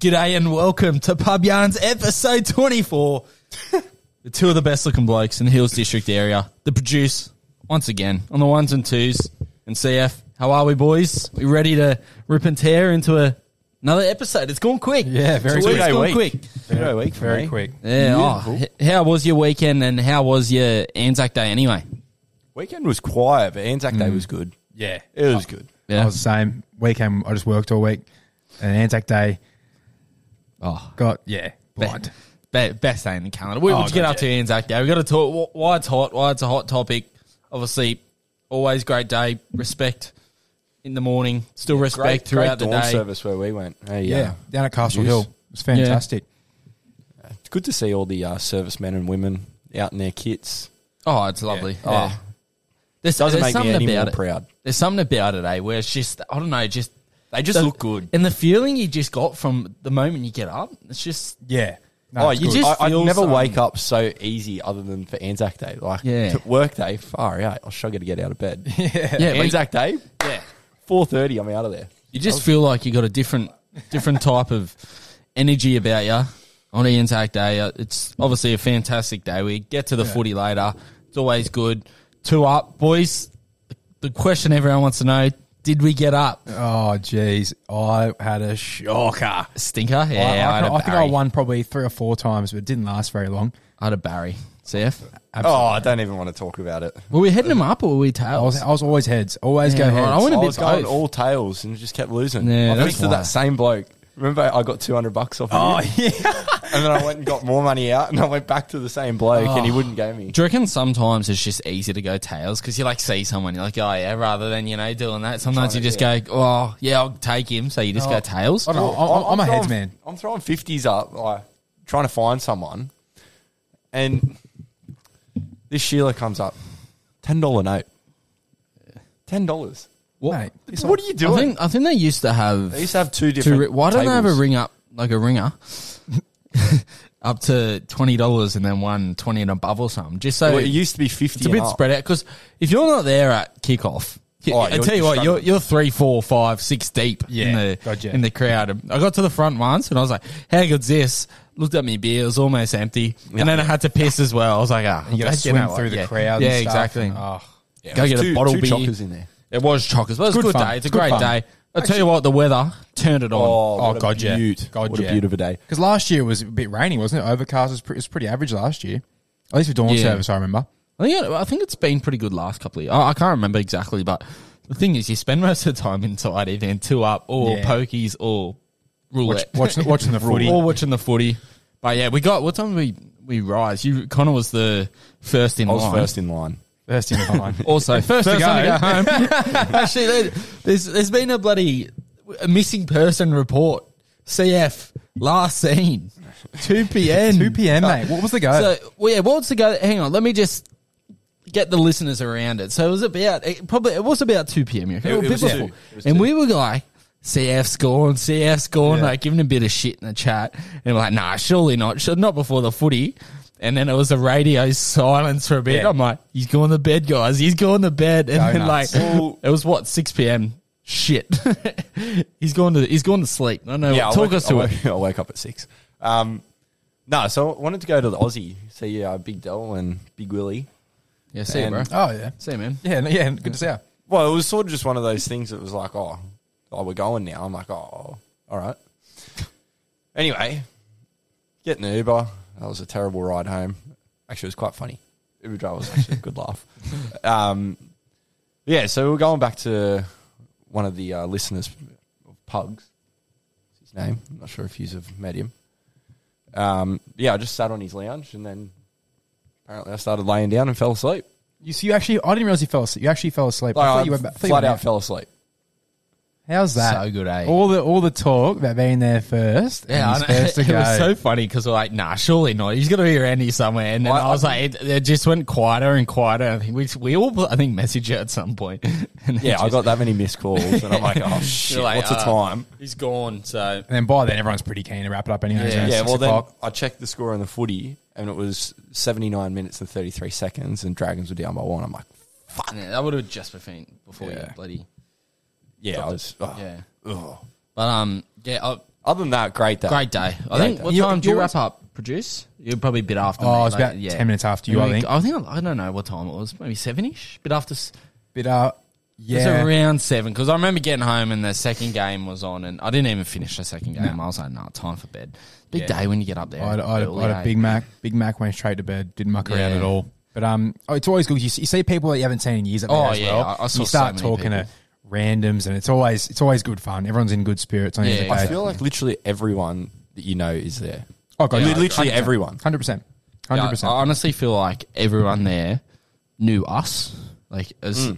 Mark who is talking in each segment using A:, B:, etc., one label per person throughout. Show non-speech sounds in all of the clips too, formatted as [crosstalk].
A: G'day and welcome to Pub Yarns episode
B: [laughs]
A: 24. the two of the best looking blokes in the Hills District area. The produce, once again, on the ones and twos. And CF, how are we, boys? We ready to rip and tear into a, another episode? It's gone quick.
B: Yeah, very
A: It's
B: quick.
A: gone
C: Two-day
A: quick.
C: Very week,
B: Very quick.
A: Yeah. Oh, h- how was your weekend and how was your Anzac Day anyway?
C: Weekend was quiet, but Anzac Day was good.
B: Yeah.
C: Mm. It was good.
A: Yeah.
D: I
B: Oh,
D: was the same. Weekend, I just worked all week. And Anzac Day,
A: oh,
D: got, yeah,
A: be-
D: blind.
A: be- best day in the calendar. We,
B: Oh,
A: we'll get
B: God,
A: up to Anzac Day. We've got to talk wh- why it's hot, why it's a hot topic. Obviously, always great day. Respect in the morning, still respect throughout
C: dawn
A: the day.
C: service where we went. Hey, uh,
D: Yeah.
C: yeah,
D: down at Castle
C: Juice.
D: Hill. It was fantastic.
C: it's good to see all the uh, servicemen and women out in their kits.
A: Oh, it's lovely.
C: Yeah.
A: Oh. There's,
C: Doesn't
A: there's
C: make me
A: something
C: any
A: about
C: more
A: it.
C: proud.
A: There's something about it, eh? Where it's just I don't know, just
C: They just
A: the-
C: look good.
A: and the feeling you just got from the moment you get up. It's just
D: Yeah.
C: oh,
D: it's
C: you
D: good.
A: good.
C: just I, I
A: Just feel
C: never
A: something.
C: wake up so easy other than for Anzac Day. Like
A: Yeah.
C: to work day, far out. I'll struggle to get out of [laughs] bed.
A: yeah, but-
C: Anzac Day,
A: yeah.
C: four thirty. I'm out of there.
A: You just feel like you got a different
D: [laughs]
A: different type of energy about you on the Anzac Day. Uh, It's obviously a fantastic day. We get to the footy later. It's always good. Two up, boys. The question everyone wants to know: Did we get up?
D: Oh, jeez. I had a shocker.
A: Stinker. Yeah, I,
D: I, I,
A: had a
D: I
A: Barry.
D: think I won probably three or four times, but it didn't last very long.
A: I had a Barry. CF.
D: Absolutely.
C: Oh, I don't even want to talk about it.
A: Were we heading them up or were we
D: I,
A: tails?
D: was, I was always heads. Always
A: Yeah,
D: go heads.
A: right. I went a
C: I
A: bit
C: was going
A: both.
C: all tails and just kept losing.
A: Yeah,
C: I
A: that's
C: fixed to
A: why.
C: that same bloke. Remember, I got two hundred bucks off. Oh yeah, [laughs] and then I went and got more money out, and I went back to the same bloke,
A: Oh.
C: and he wouldn't go me.
A: Do you reckon sometimes it's just easier to go tails because you like see someone, you're like, oh yeah, rather than you know doing that. Sometimes you
C: Trying
A: just
C: to-
A: go, oh yeah, I'll take him. So you just
D: No.
A: go tails.
D: I don't know. I'm, I'm, a
C: throwing-
D: heads man.
C: I'm throwing fifties up, like trying to find someone, and this Sheila comes up, ten dollar note, ten dollars.
D: Mate,
C: What are you doing?
A: I think I think they used to have.
C: they used to have two
A: two
C: different.
A: ri- why don't they have a
C: tables.
A: ring up like a ringer [laughs] up to twenty dollars and then one twenty and above or something? Just so
C: Well, it used to be
A: uh,
C: fifty.
A: it's a bit
C: and up.
A: spread out because if you're not there at kickoff. you-
C: Oh,
A: I
C: you're-
A: tell you
C: you're
A: what, you're,
C: struggling.
A: you're three, four, five, six deep in
D: Yeah,
A: the
D: gotcha.
A: in the crowd. And I got to the front once and I was like, "How good's this?" Looked at me beer, it was almost empty, and then I had to piss as well. I was like, "Ah,
D: you got to
A: that's- you
D: swim
A: know what,
D: through the
A: yeah.
D: crowd.
A: Yeah,
D: and stuff.
A: exactly.
D: Oh,
C: Yeah,
A: Go
C: it was
A: get a
C: two-
A: bottle
C: two
A: beer.
C: chockers in there.
A: It was chockers, but it's a
D: Good
A: good,
D: fun.
A: day. It's a
D: It's good
A: great
D: fun.
A: day. I tell you what, the weather turned it on.
C: Oh, what a
D: God, yeah.
C: beaut.
D: God,
C: what a
D: yeah.
C: beautiful day.
D: Because last year was a bit rainy, wasn't it? Overcast was, pre- it was pretty average last year. At least for dawn
A: Yeah.
D: service, I remember.
A: I think it, I think it's been pretty good last couple of years. I, I can't remember exactly, but the thing is, you spend most of the time inside, either in two up or
D: Yeah.
A: pokies or roulette,
D: Watching,
A: [laughs]
D: watching the footy.
A: or watching the footy. But yeah, we got what time did we we rise? You Connor was the first in
C: I was
A: line.
C: first in line.
D: First in line.
A: [laughs] Also, first,
D: to
A: one
D: go.
A: home. [laughs] Actually, there- there's there's been a bloody a missing person report. CF last seen, two p.m.
D: 2 p.m., mate. What was the go?
A: So, well, yeah, what was the go? Hang on, let me just get the listeners around it. So it was about it probably it was about two p.m. you reckon?
C: It-
A: Or a
C: it
A: bit
C: was two.
A: before.
C: It was
A: and
C: two.
A: we were like. CF scoring, CF scoring,
D: Yeah.
A: like giving a bit of shit in the chat, and we're like, "Nah, surely not, sure, not before the footy." And then it was a radio silence for a bit.
D: Yeah.
A: I'm like, "He's going to bed, guys. He's going to bed." And then like,
D: Donuts.
C: Well-
A: it was what six p.m. Shit, [laughs] he's going to he's going to sleep. I know.
C: I
A: talk
C: woke-
A: us to
C: I
A: it.
C: woke- I woke up at six. Um, no, so I wanted to go to the Aussie, see uh, Big Dell and Big Willie.
A: Yeah, see you,
C: And-
A: bro.
D: oh, yeah.
A: See you, man.
D: Yeah, no, yeah, good to see you.
C: Well, it was sort of just one of those things that was like, oh, oh, we're going now. I'm like, oh, all right. [laughs] Anyway, getting an Uber. That was a terrible ride home. Actually, it was quite funny. Uber driver was actually a
D: [laughs]
C: good laugh. Um, yeah, so we're going back to one of the uh, listeners of Pugs. What's his name? I'm not sure if you've met him. Um, yeah, I just sat on his lounge and then apparently I started laying down and fell asleep.
D: You see, you actually, I didn't realize you fell asleep. You actually fell asleep. I
C: Like, I
D: thought you went back. I thought you
C: flat
D: went
C: out
D: back.
C: fell asleep.
D: How's that?
A: So good, eh?
D: All the all the talk about being there first.
A: Yeah, I
D: and
A: know.
D: he's first
A: [laughs]
D: to
A: it
D: go.
A: was so funny because we're like, nah, surely not. He's got to be around here somewhere. And then I,
C: I-
A: was like, it, it just went quieter and quieter. I think we, we all, I think, messaged her at some point. [laughs] And it
C: Yeah, I
A: just-
C: got that many missed calls, and I'm like, [laughs] oh
A: you're
C: shit,
A: like,
C: what's the
A: uh,
C: time?
A: He's gone. So
D: and then by then, everyone's pretty keen to wrap it up anyway.
A: Yeah,
D: Yeah,
C: Yeah,
D: yeah
C: well then I checked the score on the footy, and it was 79 minutes and 33 seconds, and Dragons were down by one. I'm like,
A: yeah, that would have just been before you
C: Yeah.
A: bloody.
C: yeah, I was, oh,
A: Yeah.
C: ugh.
A: But um, yeah, I,
C: Other than that, great day.
A: Great day. I
C: Great
A: think.
C: day.
A: What
D: You-
A: time do you
D: you-
A: wrap up? Produce? You're probably a bit after.
D: Oh,
A: me,
D: it was
A: like,
D: about 10 minutes after you, I
A: Maybe-
D: think.
A: I think I don't know what time it was. Maybe sevenish. Bit after. s-
D: But uh,
A: It was
D: yeah,
A: around seven because I remember getting home and the second game was on, and I didn't even finish the second game. I was like, "Nah, time for bed." Big day when you get up there.
D: I had, I, had, I
A: early,
D: had
A: eh?
D: a Big Mac. Big Mac went straight to bed. Didn't muck around
A: Yeah.
D: at all. But um, oh, it's always good. You see, you see people that you haven't seen in years. Up there
A: Oh,
D: as
A: yeah,
D: well.
A: I- I saw so
D: you start
A: many
D: talking
A: people.
D: to randoms, and it's always it's always good fun. Everyone's in good spirits. On the end of
A: Yeah.
D: the
C: I
D: day.
C: feel like literally everyone that you know is there.
D: oh god,
A: Yeah,
D: yeah,
C: literally everyone.
D: hundred percent,
A: Yeah,
D: hundred percent.
A: I honestly feel like everyone there knew us, like
D: Hmm.
A: as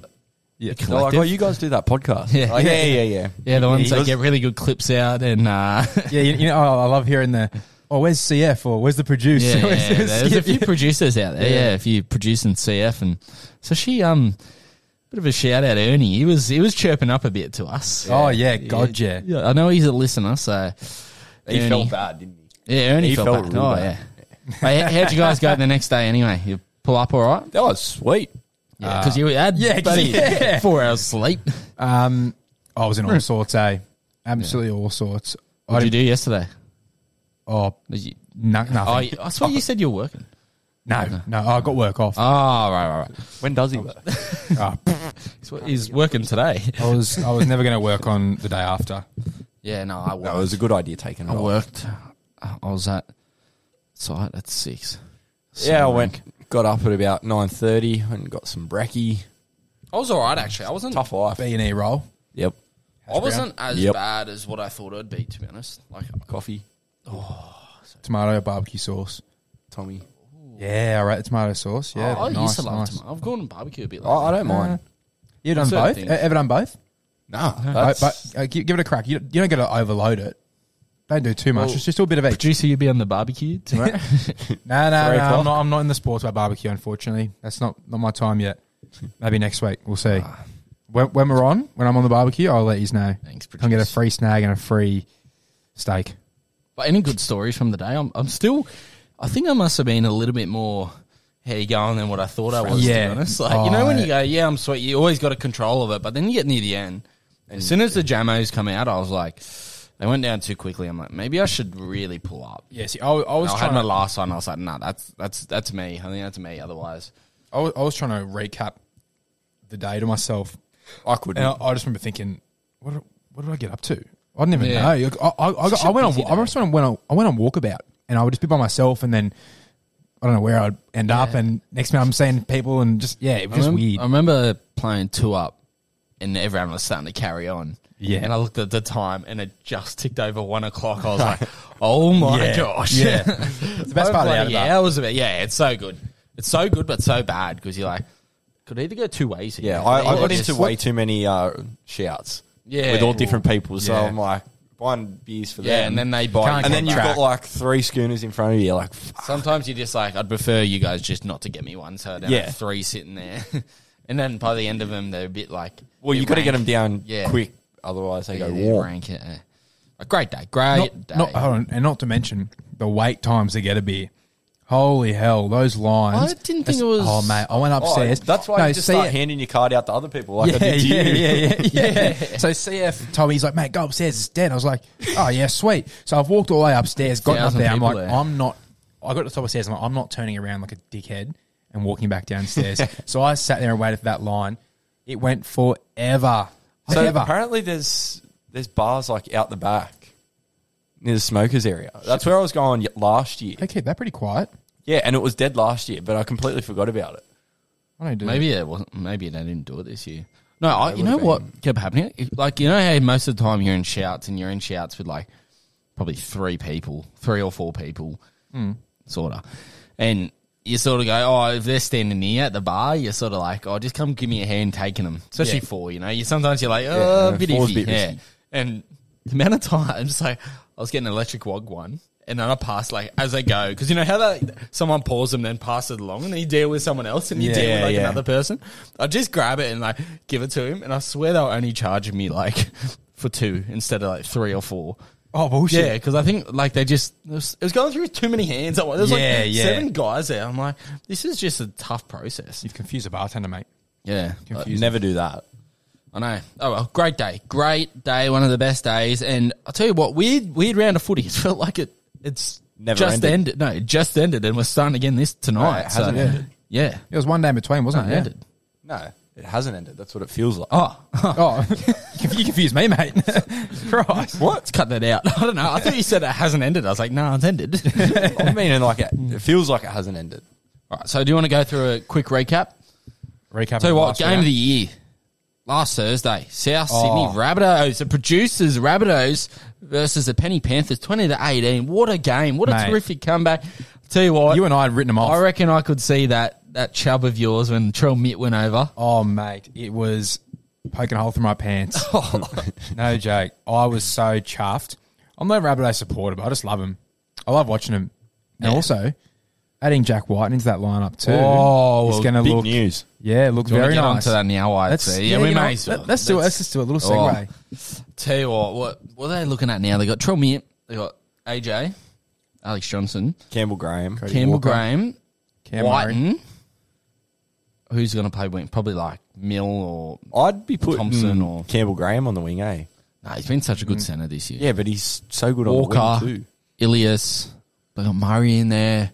A: yeah,
C: They're like, oh, you guys do that podcast.
A: Yeah.
C: Like, yeah, yeah, yeah.
A: yeah, the ones
C: Yeah,
A: that
C: yours-
A: get really good clips out and uh, [laughs]
D: Yeah, you, you know, I I love hearing the oh, where's CF or where's the producer?
A: yeah,
D: [laughs] Where's
A: yeah,
D: this?
A: there's a few producers out there. Yeah.
D: Yeah.
A: if you produce in CF and so she um. Bit of a shout out, Ernie. He was he was chirping up a bit to us.
D: Oh yeah, god yeah.
A: Yeah, I know he's a listener, so
C: He
A: Ernie.
C: felt bad, didn't he?
A: Yeah, Ernie
C: He
A: felt,
C: felt
A: bad.
C: real
A: Oh,
C: bad.
A: yeah. hey, h- how'd you guys go the next day anyway? You pull up all right?
C: That was sweet.
A: Yeah, because you had
D: yeah,
A: buddy,
D: yeah.
A: four hours sleep.
D: Um, I was in all sorts, eh? Absolutely all sorts. I
A: What did you
D: didn't,
A: do yesterday?
D: oh,
A: Did you,
D: no, nothing.
A: oh, you- I swear you said you were working.
D: no, no, I got work off.
A: Oh, right, right, right.
C: When does he work?
D: Oh,
A: He's, wo- he's working today.
D: I was I was never going to work on the day after.
A: [laughs] Yeah, no, I worked.
C: That was a good idea taking it
A: I
C: off.
A: worked. I was at site at six. So
C: Yeah, I
A: rank.
C: went, got up at about 9.30 and got some brekkie.
A: I was all right, actually. I wasn't.
C: Tough life.
D: B and E roll.
C: Yep.
A: I wasn't as
C: Yep.
A: bad as what I thought I'd be, to be honest. Like,
C: Coffee.
D: Tomato barbecue sauce.
C: Tommy.
D: Yeah, I rate the tomato sauce. Yeah,
A: Oh, I
D: nice,
A: used to love
D: nice. Oh,
A: tomato. I've gone barbecue a bit.
C: I, I
A: lately.
C: don't mind.
D: You done
A: Certain
D: both?
A: things.
D: E- Ever done both?
C: Nah,
D: But,
C: that's,
D: but uh, gi- give it a crack. You, you don't got to overload it. Don't do too much. it's just a bit of
C: [laughs]
D: each.
A: Juicy, you'll be on the barbecue tomorrow.
D: No, no,
C: Three
D: no. I'm
C: o'clock.
D: not, I'm not in the sports bar barbecue, unfortunately. That's not, not my time yet. Maybe next week. We'll see.
C: Ah.
D: When, when we're on, when I'm on the barbecue, I'll let you know.
A: [laughs] Thanks,
D: I'll get a
A: producer.
D: free snag and a free steak.
A: but any good stories from the day? I'm, I'm still. I think I must have been a little bit more. How you going than what I thought I was. To
D: Yeah.
A: be honest, like you know
D: Oh,
A: when
D: yeah.
A: you go, yeah, I'm sweet. You always got a control of it, but then you get near the end. as soon as the jamos come out, I was like, they went down too quickly. I'm like, maybe I should really pull up.
D: Yeah, see, I, I was
A: I had my last one. I was like, nah, that's that's that's me. I think that's me. Otherwise,
D: I was, I was trying to recap the day to myself,
C: Uh, I couldn't.
D: and I, I just remember thinking, what did- what did I get up to? I didn't even
A: Yeah.
D: know. Like, I, I, I, got,
A: Such a
D: I went on.
A: busy
D: I remember when I went on, I went on walkabout, and I would just be by myself, and then I don't know where I'd end up.
A: Yeah.
D: And next minute, I'm seeing people, and just yeah, it was just
A: I remem-
D: weird.
A: I remember playing two up, and everyone was starting to carry on.
D: Yeah.
A: and I looked at the time, and it just ticked over one o'clock. I was like, [laughs] "Oh my
D: Yeah.
A: gosh!" [laughs]
D: Yeah. It's the best
A: Oh,
D: part of the
A: bloody
D: Outback.
A: hell, it was a bit- yeah, it's so good. It's so good, but so bad because you're like, could either go two ways. Here.
C: yeah, I, I
A: Or
C: got
A: just-
C: into way too many uh, shouts.
A: Yeah.
C: With all different people. So
D: Yeah.
C: I'm like, buying beers for them.
A: yeah, and then they buy.
D: Can't
A: you.
C: And then
D: Come
C: you've
D: back.
C: got like three schooners in front of you. You're like, fuck.
A: Sometimes you're just like, I'd prefer you guys just not to get me one, so I don't
C: Yeah.
A: have three sitting there. [laughs] and then by the end of them, they're a bit like,
C: Well,
A: bit
C: you got to get them
A: rank.
C: down
A: Yeah.
C: quick, otherwise they go
A: Yeah,
C: warm.
A: rank it, eh. A great day, great
D: not,
A: day.
D: not, hold on, and not to mention the wait times to get a beer. Holy hell, those lines!
A: I didn't think it was-
D: Oh mate, I went
C: Oh,
D: upstairs.
C: that's why
D: No,
C: you just
D: see
C: start
D: it-
C: handing your card out to other people like I
D: yeah,
C: did to
D: yeah,
C: you.
D: yeah, [laughs] yeah, yeah. So CF told me he's like, mate, go upstairs. It's dead. I was like, oh yeah, sweet. So I've walked all the way upstairs, gotten up
A: Thousand
D: there. I'm
A: people
D: like,
A: there.
D: I'm not. I got to the top of the stairs. I'm like, I'm not turning around like a dickhead and walking
A: [laughs]
D: back downstairs. so I sat there and waited for that line. It went forever.
C: So
D: forever.
C: apparently there's there's bars like out the back near the smokers area. That's where I was going y- last year.
D: they keep that pretty quiet.
C: Yeah, and it was dead last year, but I completely forgot about it.
D: I don't do that.
A: Maybe it wasn't. Maybe they didn't do it this year. No, I, you know
C: would've
A: what kept happening? Like you know how most of the time you're in shouts and you're in shouts with like probably three people, three or four people,
C: Hmm.
A: sort of, and you sort of go, oh, if they're standing near at the bar, you're sort of like, oh, just come give me a hand taking them, especially
D: Yeah.
A: four. You know, you sometimes you're like, oh,
C: no,
A: a bit
C: four's a
A: iffy,
C: bit
A: yeah.
C: risky.
A: And the amount of times, like I was getting an electric wog one. And then I passed like as I go because you know how that someone pulls them then passes it along and then you deal with someone else and you
D: Yeah,
A: deal with
C: yeah,
A: like
C: yeah.
A: another person. I just grab it and like give it to him, and I swear they'll only charge me like [laughs] for two instead of like three or four.
D: Oh bullshit.
A: Yeah, because I think like they just it was, it was going through too many hands. at once. There's
D: Yeah,
A: like
D: yeah.
A: seven guys there. I'm like, this is just a tough process.
D: You've confused a bartender, mate.
A: Yeah,
D: Confused.
C: Never do that.
A: I know. Oh well, great day, great day, one of the best days. And I'll tell you what, weird, weird round of footy. [laughs] It felt like it, it's
C: Never
A: just
C: ended.
A: ended. No, it just ended, and we're starting again this tonight.
C: No, it hasn't
A: so,
C: ended.
A: Yeah,
D: It was one day in between, wasn't
A: it
D: it? Yeah.
A: ended.
C: No, it hasn't ended. That's what it feels like. [laughs]
A: Oh,
D: Oh, [laughs] you confused
A: [laughs]
D: me, mate. Christ.
A: what? Let's cut that out. [laughs] I don't know. I thought you said it hasn't ended. I was like, no, it's ended. [laughs]
C: I mean, and like it, it feels like it hasn't ended.
A: All right. So, do you want to go through a quick recap?
D: Recap.
A: Tell you what,
D: last
A: game
D: round.
A: of the year. Last Thursday, South
D: Oh.
A: Sydney Rabbitohs, the producers Rabbitohs versus the Penny Panthers, twenty to eighteen. What a game! What a
D: Mate.
A: terrific comeback! tell you what,
D: You and I had written them off.
A: I reckon I could see that that chub of yours when Trell Mitt went over.
D: Oh, mate, it was poking a hole through my
A: [laughs]
D: pants. no joke. I was so chuffed. I'm no Rabbitoh supporter, but I just love him. I love watching him. And
A: Yeah.
D: also, adding Jack White into that lineup too.
A: Oh,
D: it's
A: well,
D: going to
C: Big
D: look.
C: news.
D: Yeah, look
A: Do you want
D: very
A: to get
D: nice.
A: onto that now, I
D: Let's-
A: see. Yeah, we
D: you know
A: may
D: what?
A: as well. Oh.
D: Let, us do it. Let's just do a little segue.
A: Tell you what, what what are they looking at now? They got Trell Mitt, they got AJ, Alex Johnson,
C: Campbell Graham.
A: Campbell
D: Walker.
A: Graham,
D: Cam Murray.
A: Whiten. Who's going to play wing? Probably like Mill or
C: I'd be putting
A: Thompson or-
C: Campbell Graham on the wing, eh?
A: Nah, he's been such a
D: Mm.
A: good centre this year.
C: Yeah, but he's so good on the wing
A: Walker,
C: too.
A: Ilias, they got Murray in there,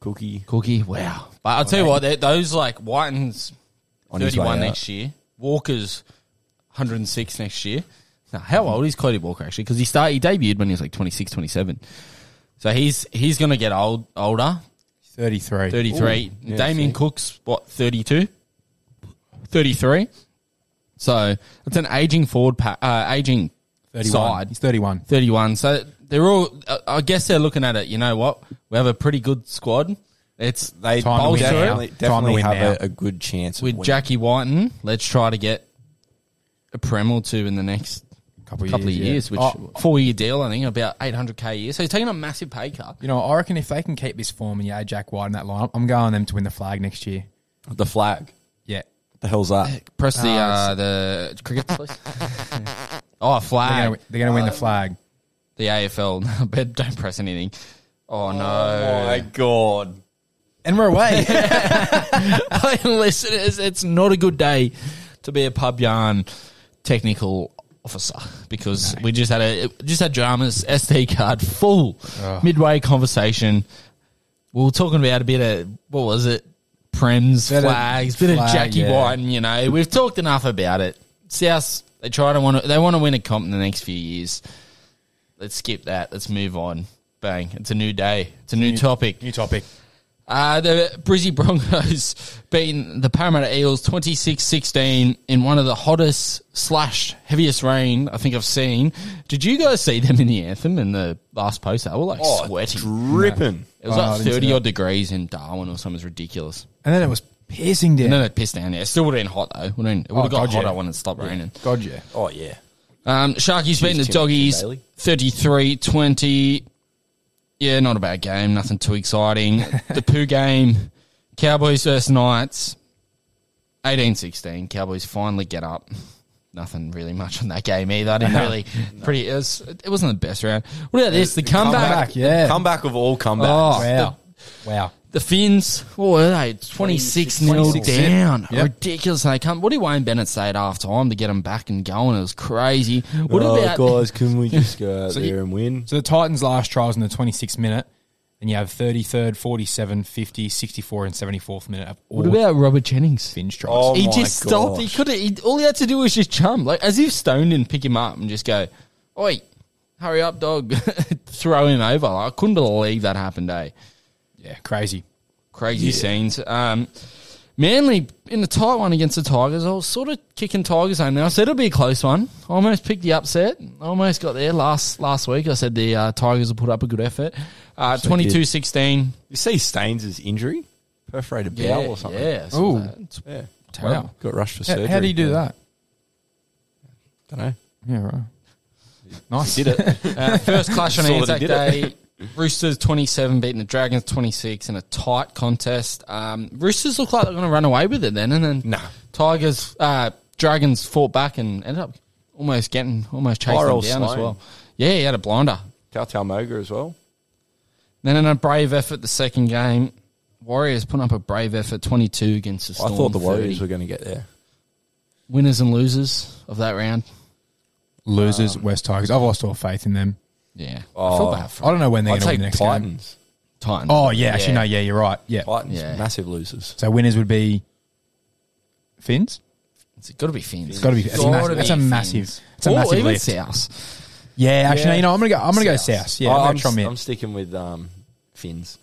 C: Cookie
A: Cookie. Wow. But I'll tell you what, they're- those like Whiten's
C: on his way
A: 31
C: out.
A: next year, Walker's 106 next year. Now, how old is Cody Walker actually? Because he started, he debuted when he was like 26, 27. So he's he's going to get old older,
D: 33.
A: 33.
C: Ooh, yeah,
A: Damien
C: see.
A: Cook's what 32, 33. So it's an aging forward, pa- uh, aging
D: 31.
A: side.
D: He's 31.
A: 31. So they're all, I- I guess they're looking at it, you know what? We have a pretty good squad. It's
C: They
D: Time to
A: win now.
C: definitely,
D: Time to
C: definitely
D: win now.
C: have a, a good chance of
A: with
C: winning.
A: Jackie Whiten. Let's try to get a prem or two in the next
D: Couple of
A: couple
D: years,
A: of
D: yeah.
A: years, which
D: Oh.
A: four year deal, I think, about 800K a year. So he's taking a massive pay cut.
D: You know, I reckon if they can keep this form and you add Jack White in that lineup, I'm going them to win the flag next year.
C: the flag.
D: Yeah.
C: The hell's that?
A: Press the,
D: Ah,
A: uh, the cricket, please. [laughs] oh,
D: They're
A: flag.
D: going to they're gonna
A: Uh,
D: win the flag.
A: the AFL. [laughs] but don't press anything. Oh,
C: Oh
A: no.
C: my god!
D: And we're
A: [laughs]
D: away.
A: Listeners, it's not a good day to be a pub yarn technical officer because we just had a just had dramas SD card full midway conversation. We were talking about a bit of what was it? Prems,
D: Bit of
A: flags, bit
D: flag,
A: of Jackie
D: yeah.
A: White, and you know, we've talked enough about it. South they try to want to they want to win a comp in the next few years. Let's skip that. Let's move on. Bang. It's a new day. It's a new topic.
D: New topic.
A: Uh, the Brizzy Broncos [laughs] beating the Parramatta Eels 26-16 in one of the hottest slash heaviest rain I think I've seen. Did you guys see them in the anthem and the last post? They were like
C: Oh,
A: sweating.
C: dripping.
A: it was
D: Oh, I
A: like
D: didn't see
A: 30
D: that.
A: odd degrees in Darwin or something. It was ridiculous.
D: And then it was piercing down.
A: And then it pissed down there. It still would have been hot though. It would have
D: Oh,
A: got
D: God,
A: hotter
D: yeah.
A: when it stopped raining.
D: God, yeah.
C: Oh yeah.
A: Um, Sharkies beating the
C: Tim-
A: Doggies
C: Tim Bailey.
A: 33-20. Yeah, not a bad game. Nothing too exciting. the poo game, Cowboys versus Knights, 18-16. Cowboys finally get up. Nothing really much on that game either. I didn't really pretty. It, was, it wasn't the best round. What about this? The comeback.
D: Comeback, yeah.
C: Comeback of all comebacks.
A: Oh,
D: wow. wow.
A: the Finns, what were they? 26 nil
D: 26 zip.
A: down.
D: Yep.
A: Ridiculous. They come. What did Wayne Bennett say at half time to get them back and going? It was crazy. What
C: Oh,
A: about
C: guys, can we just go out
D: So you-
C: there and win?
D: So the Titans' last trials in the 26th minute, and you have 33rd, 47, 50, 64, and 74th minute of all
A: What about Robert Jennings?
D: Finch trials.
C: Oh
A: he
C: my
A: just stopped. He
C: gosh.
A: could have. All he had to do was just jump, like as if Stone didn't pick him up and just go, "Oi, hurry up, dog!" [laughs] Throw him over. Like, I couldn't believe that happened. Eh?
D: Yeah, crazy.
A: Crazy scenes. Um, Manly in the tight one against the Tigers. I was sort of kicking Tigers home. Now I said it'll be a close one. I almost picked the upset. I almost got there last last week. I said the uh, Tigers will put up a good effort. Uh, 22-16.
C: You see Staines' injury? Perforated
A: Yeah,
C: bowel or something.
A: yeah. I saw
D: Ooh.
A: that. It's
C: Yeah.
D: Wow.
C: Got rushed for
D: How,
C: surgery.
D: how do you do that?
C: Don't know.
D: Yeah, right. Nice.
C: Did it.
A: [laughs] Uh, first clash on
C: Saw that he
A: Anzac
C: did it.
A: Day. Roosters 27 beating the Dragons 26 in a tight contest. Um, Roosters look like they're going to run away with it then, and then
C: Nah.
A: Tigers, uh, Dragons fought back and ended up almost getting, almost chasing them
C: Tyrell
A: down as
C: Sloan.
A: well. Yeah, he had a blinder.
C: Telltale Moga as well.
A: Then in a brave effort, the second game, Warriors put up a brave effort 22 against the Storm.
C: I thought the Warriors
A: 30.
C: were going to get there.
A: winners and losers of that round.
D: Losers, West Tigers. I've lost all faith in them.
A: Yeah.
C: Oh,
A: I feel bad for
D: I don't know when they're
C: I
D: going to win
C: take
D: the next game.
C: Titans.
A: Titans.
D: Oh yeah, actually no, yeah, you're right. Yeah.
C: Titans,
A: Yeah.
C: massive losers.
D: So winners would be Finns.
A: It's got to be Finns.
D: It's got to be. It's a
A: Gotta
D: massive.
A: be
D: That's a
A: Finns.
D: massive. It's a
A: Or
D: massive
A: even
D: lift.
A: South.
D: Yeah, actually,
C: Yeah.
D: no, you know, I'm gonna go. I'm gonna go
A: South.
D: south. Yeah,
C: I-
D: I'm,
C: I'm,
D: gonna try
C: s-
D: mid.
C: I'm sticking with um, Finns.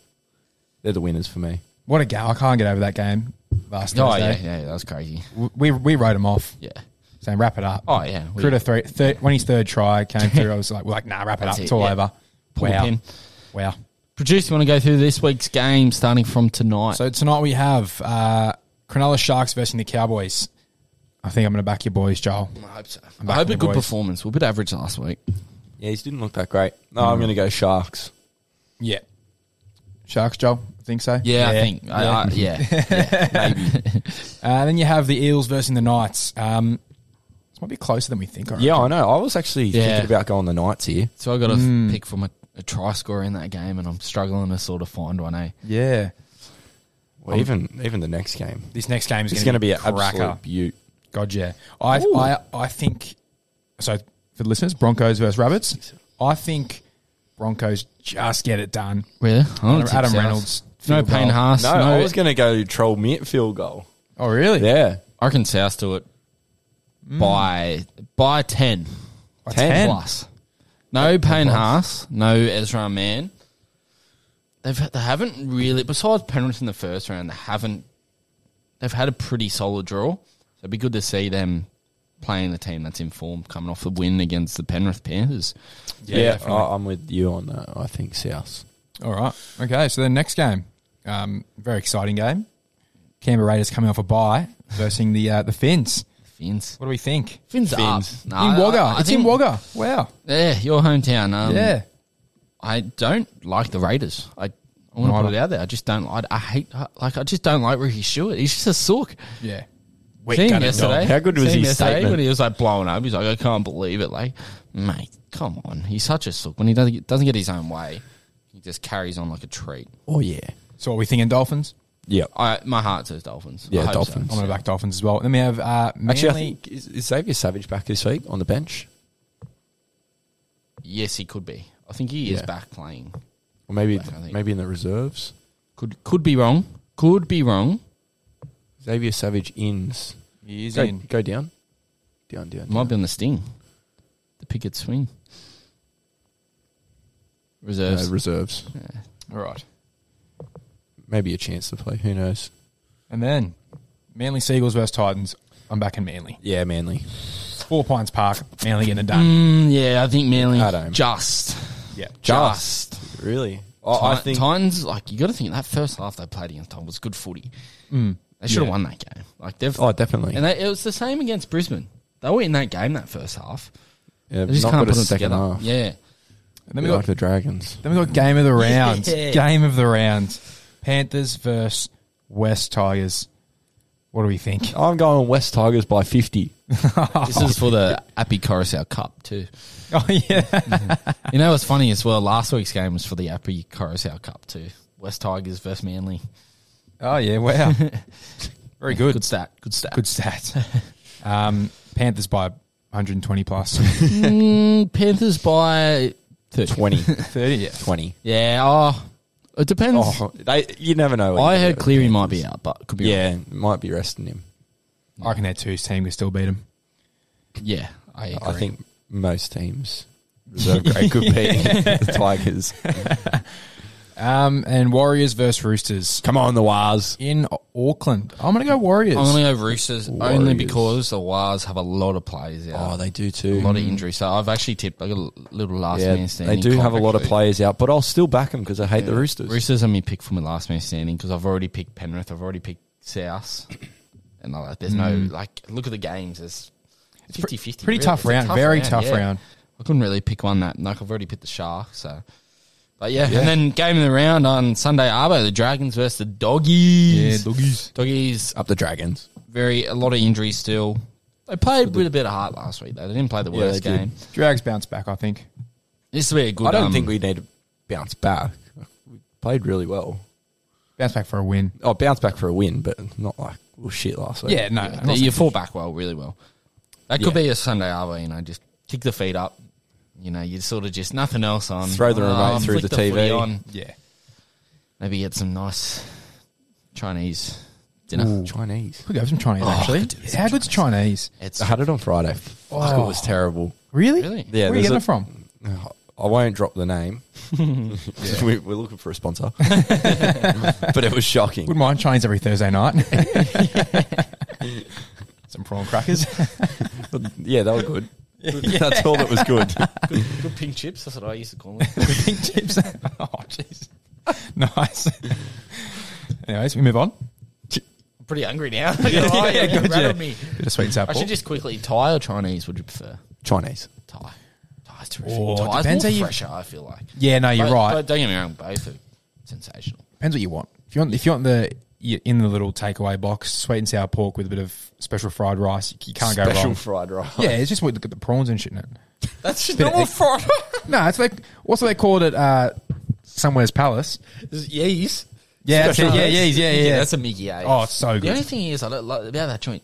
C: They're the winners for me.
D: What a game! I can't get over that game last
A: Oh
D: Thursday.
A: yeah, yeah, that was crazy.
D: W- We we wrote him off,
A: Yeah.
D: saying wrap it up.
A: Oh yeah. We
D: Critter three, thir- when his third
A: [laughs]
D: try came through, I was like, we're like, nah, wrap it
A: That's
D: up.
A: it,
D: It's all
A: yeah.
D: over.
A: pulled the
D: wow,
A: pin.
D: wow.
A: Producer, you want to go through this week's game starting from tonight?
D: So tonight we have uh, Cronulla Sharks versus the Cowboys. I think I'm gonna back your boys, Joel.
A: I hope so.
D: I'm
A: I
D: back
A: hope
D: on
A: a
D: the
A: good
D: boys.
A: performance. We're a bit average last week.
C: Yeah, he didn't look that great. No, I'm going to go Sharks.
D: Yeah, Sharks, Joel. I think so.
A: Yeah, I think. I, I,
D: [laughs]
A: yeah.
D: Uh, then you have the Eels versus the Knights. Um, this might be closer than we think. I reckon.
C: Yeah, I know. I was actually
A: Yeah.
C: thinking about going the Knights here.
A: so I got to
D: Hmm.
A: pick from a, a try scorer in that game, and I'm struggling to sort of find one. Eh?
D: yeah.
C: Well, even even the next game.
D: This next game is
C: It's
D: going to be a
C: absolute
D: cracker.
C: beaut.
D: God, yeah. I,
C: Ooh.
D: I, I think. So for the listeners, Broncos versus Rabbits. I think Broncos just get it done.
A: Really? I don't
D: Adam,
A: think
D: Adam
A: so.
D: Reynolds.
A: No
D: field
A: Payne
D: goal.
A: Haas.
C: No,
A: No,
C: I was going to go troll me at field goal.
D: Oh, really?
C: Yeah.
A: I reckon South do it by by ten.
D: Mm. By
C: Ten.
A: plus. No Payne Haas, no Ezra Man. They've they haven't really besides Penrith in the first round, they haven't they've had a pretty solid draw. So it'd be good to see them playing the team that's in form coming off the win against the Penrith Panthers.
D: Yeah,
C: Yeah,
D: definitely.
C: I, I'm with you on that. I think South.
D: All right. Okay. So the next game, um, very exciting game. Canberra Raiders coming off a bye versus the uh, the Finns.
A: Fins.
D: What do we think?
A: Fins,
C: Finns.
A: up. Nah,
D: in Wagga.
A: I- I
D: it's in
A: think-
D: Wagga. Wow.
A: Yeah, your hometown. Um,
D: yeah.
A: I don't like the Raiders. I, I want to
D: Neither.
A: put it out there. I just don't. I, I hate. Like I just don't like Ricky Stewart. He's just a sook.
D: Yeah.
A: Seen him yesterday.
C: How good was
A: Seen him
C: his
A: yesterday
C: statement?
A: When he was like blowing up, he's like, I can't believe it. Like, mate, come on. He's such a sook. When he doesn't doesn't get his own way, he just carries on like a treat.
C: Oh, yeah.
D: So what we thinking? Dolphins.
C: Yeah.
A: I my heart says Dolphins. I
C: Yeah,
A: hope so.
C: Dolphins.
D: I'm going to back Dolphins as well. Then we have uh, Manly.
C: Actually, I think is, is Xavier Savage back this week on the bench,
A: Yes, he could be. I think he is
C: Yeah.
A: back playing.
C: or maybe
A: Back, I think.
C: maybe in the reserves.
A: Could could be wrong. Could be wrong.
C: Xavier Savage ins.
D: He is
C: Go,
D: in.
C: go down, down, down.
A: Might
C: down.
A: be on the sting. The picket swing. Reserves.
C: Uh, reserves.
D: All right.
C: Maybe a chance to play. Who knows?
D: And then Manly Seagulls versus Titans. I'm back in Manly.
C: Yeah, Manly.
D: Four Pines Park. Manly getting it done.
A: Mm, yeah, I think Manly
C: I don't.
A: just.
D: Yeah.
A: Just.
C: Really? I, I
A: Ti-
C: think.
A: Titans, like you got to think that first half they played against Titans was good footy. They should have
D: Yeah.
A: won that game. Like they've,
C: Mm. Oh, definitely.
A: and they, it was the same against Brisbane. They were in that game that first half.
C: yeah,
A: They just
C: not
A: can't
C: got
A: put
C: a
A: it
C: second
A: together.
C: half. [laughs]
A: Yeah,
D: And then we
C: Like
D: got
C: the Dragons.
D: then we got game of the round.
A: Yeah.
D: Game of the round. Panthers versus West Tigers. What do we
C: [laughs]
D: think?
C: I'm going West Tigers by [laughs] 50.
A: this is for the Appy Coruscant Cup too.
D: Oh yeah.
A: You know what's funny as well? Last week's game was for the Appy Coruscant Cup too. West Tigers versus Manly.
D: Oh yeah. Wow. Very good.
A: Good stat. Good stat.
D: Good stat. Um, Panthers by 120 plus.
A: Mm, Panthers by 30.
C: 20.
D: 30. Yeah.
C: 20.
A: Yeah. Oh, it depends.
C: Oh, they, you never know. what
A: I
C: you
A: heard
C: get.
A: Cleary might be out, but could be wrong.
C: Yeah, might be resting him.
D: I reckon that two's team could still beat them.
A: Yeah, I agree.
C: I think most teams reserve grade
A: [laughs]
C: could beat [laughs] the Tigers.
D: Um, and Warriors versus Roosters
C: Come on, the Wars.
D: in Auckland. I'm gonna go Warriors.
A: I'm going to go Roosters only
C: Warriors.
A: because the Wars have a lot of players out.
C: Oh, they do
A: a lot
C: too.
A: of injuries. So I've actually tipped like a l- little last
C: Yeah,
A: man
C: they
A: standing.
C: do have a lot of
A: contract
C: players out, but I'll still back them because I hate the Roosters.
A: for- Roosters are my pick for my last man standing because I've already picked Penrith. I've already picked South. And I like, there's no, like, look at the games. There's 50 50.
D: pretty tough round, very tough round.
A: I couldn't really pick one that, like, I've already picked the Sharks. So, but yeah. And then game of the round on Sunday, Arbo, the Dragons versus the Doggies.
D: Yeah, Doggies.
A: Doggies
C: Up the Dragons.
A: very a lot of injuries still. They played with a bit of heart last week though. They didn't play the
C: Yeah,
A: worst
C: they did.
A: game.
D: Drags bounce back. I think.
A: This will be a good.
C: I don't
A: um,
C: think we need to bounce back. We played really well.
D: Bounce back for a win.
C: Oh, bounce back for a win, but not like was shit last week.
D: Yeah, no. I'm not
A: Yeah, you
D: saying-
A: fall back well, really well. That could be a Sunday hour, you know, just kick the feet up. You know, you sort of just nothing else on.
C: Throw the remote
A: Ah,
C: through
A: flick
C: the
A: footy
C: TV.
A: On.
D: yeah.
A: Maybe get some nice Chinese dinner.
C: Chinese.
D: We go have some Chinese
A: Oh,
D: actually. How good's Chinese?
A: It's Oh. [laughs]
C: I had it on Friday. Fuck, it was terrible.
D: Really?
A: Really?
D: Where
C: Yeah,
D: are you
C: there's
D: getting
C: a-
D: it from?
C: I won't drop
A: [laughs]
C: the name. [laughs] we, we're looking for a sponsor, [laughs] but it was shocking.
D: Wouldn't mind Chinese every Thursday night. some prawn crackers.
C: Yeah, they
D: [laughs]
C: were good. [laughs] That's all that was good.
A: good pink chips. That's what I used to call [laughs] them.
D: pink chips. [laughs] oh, jeez. Nice. Anyways, we move on.
A: I'm pretty hungry now. [laughs]
D: Yeah, [laughs] yeah,
A: It
D: good,
A: Oh, rattled
D: yeah.
A: me.
D: Bit of sweet and
A: I
D: sour
A: should
D: pork.
A: just quickly Thai or Chinese? Would you prefer
C: Chinese.
A: Thai? Thai's terrific.
D: Oh,
A: Thai's
D: depends
A: more
D: how you-
A: fresher. I feel like.
D: Yeah, no, you're
A: But-
D: right.
A: But don't get me wrong, both are sensational.
D: Depends what you want. If you want, if you want the you- in the little takeaway box, sweet and sour pork with a bit of special fried rice, you can't go
C: Special
D: wrong.
C: fried rice. Uh,
D: yeah, it's just what the, the prawns and shit in it. [laughs]
A: That's just
D: normal
A: fraud.
D: No, it's like what's what they called it? Uh, somewhere's palace.
A: Yeez.
D: Yeah, Oh, that's it. yeah, yeah, yeah, yeah, yeah.
A: That's a Mickey A.
D: Oh, it's so
A: The
D: good.
A: only thing is, I don't like about that joint.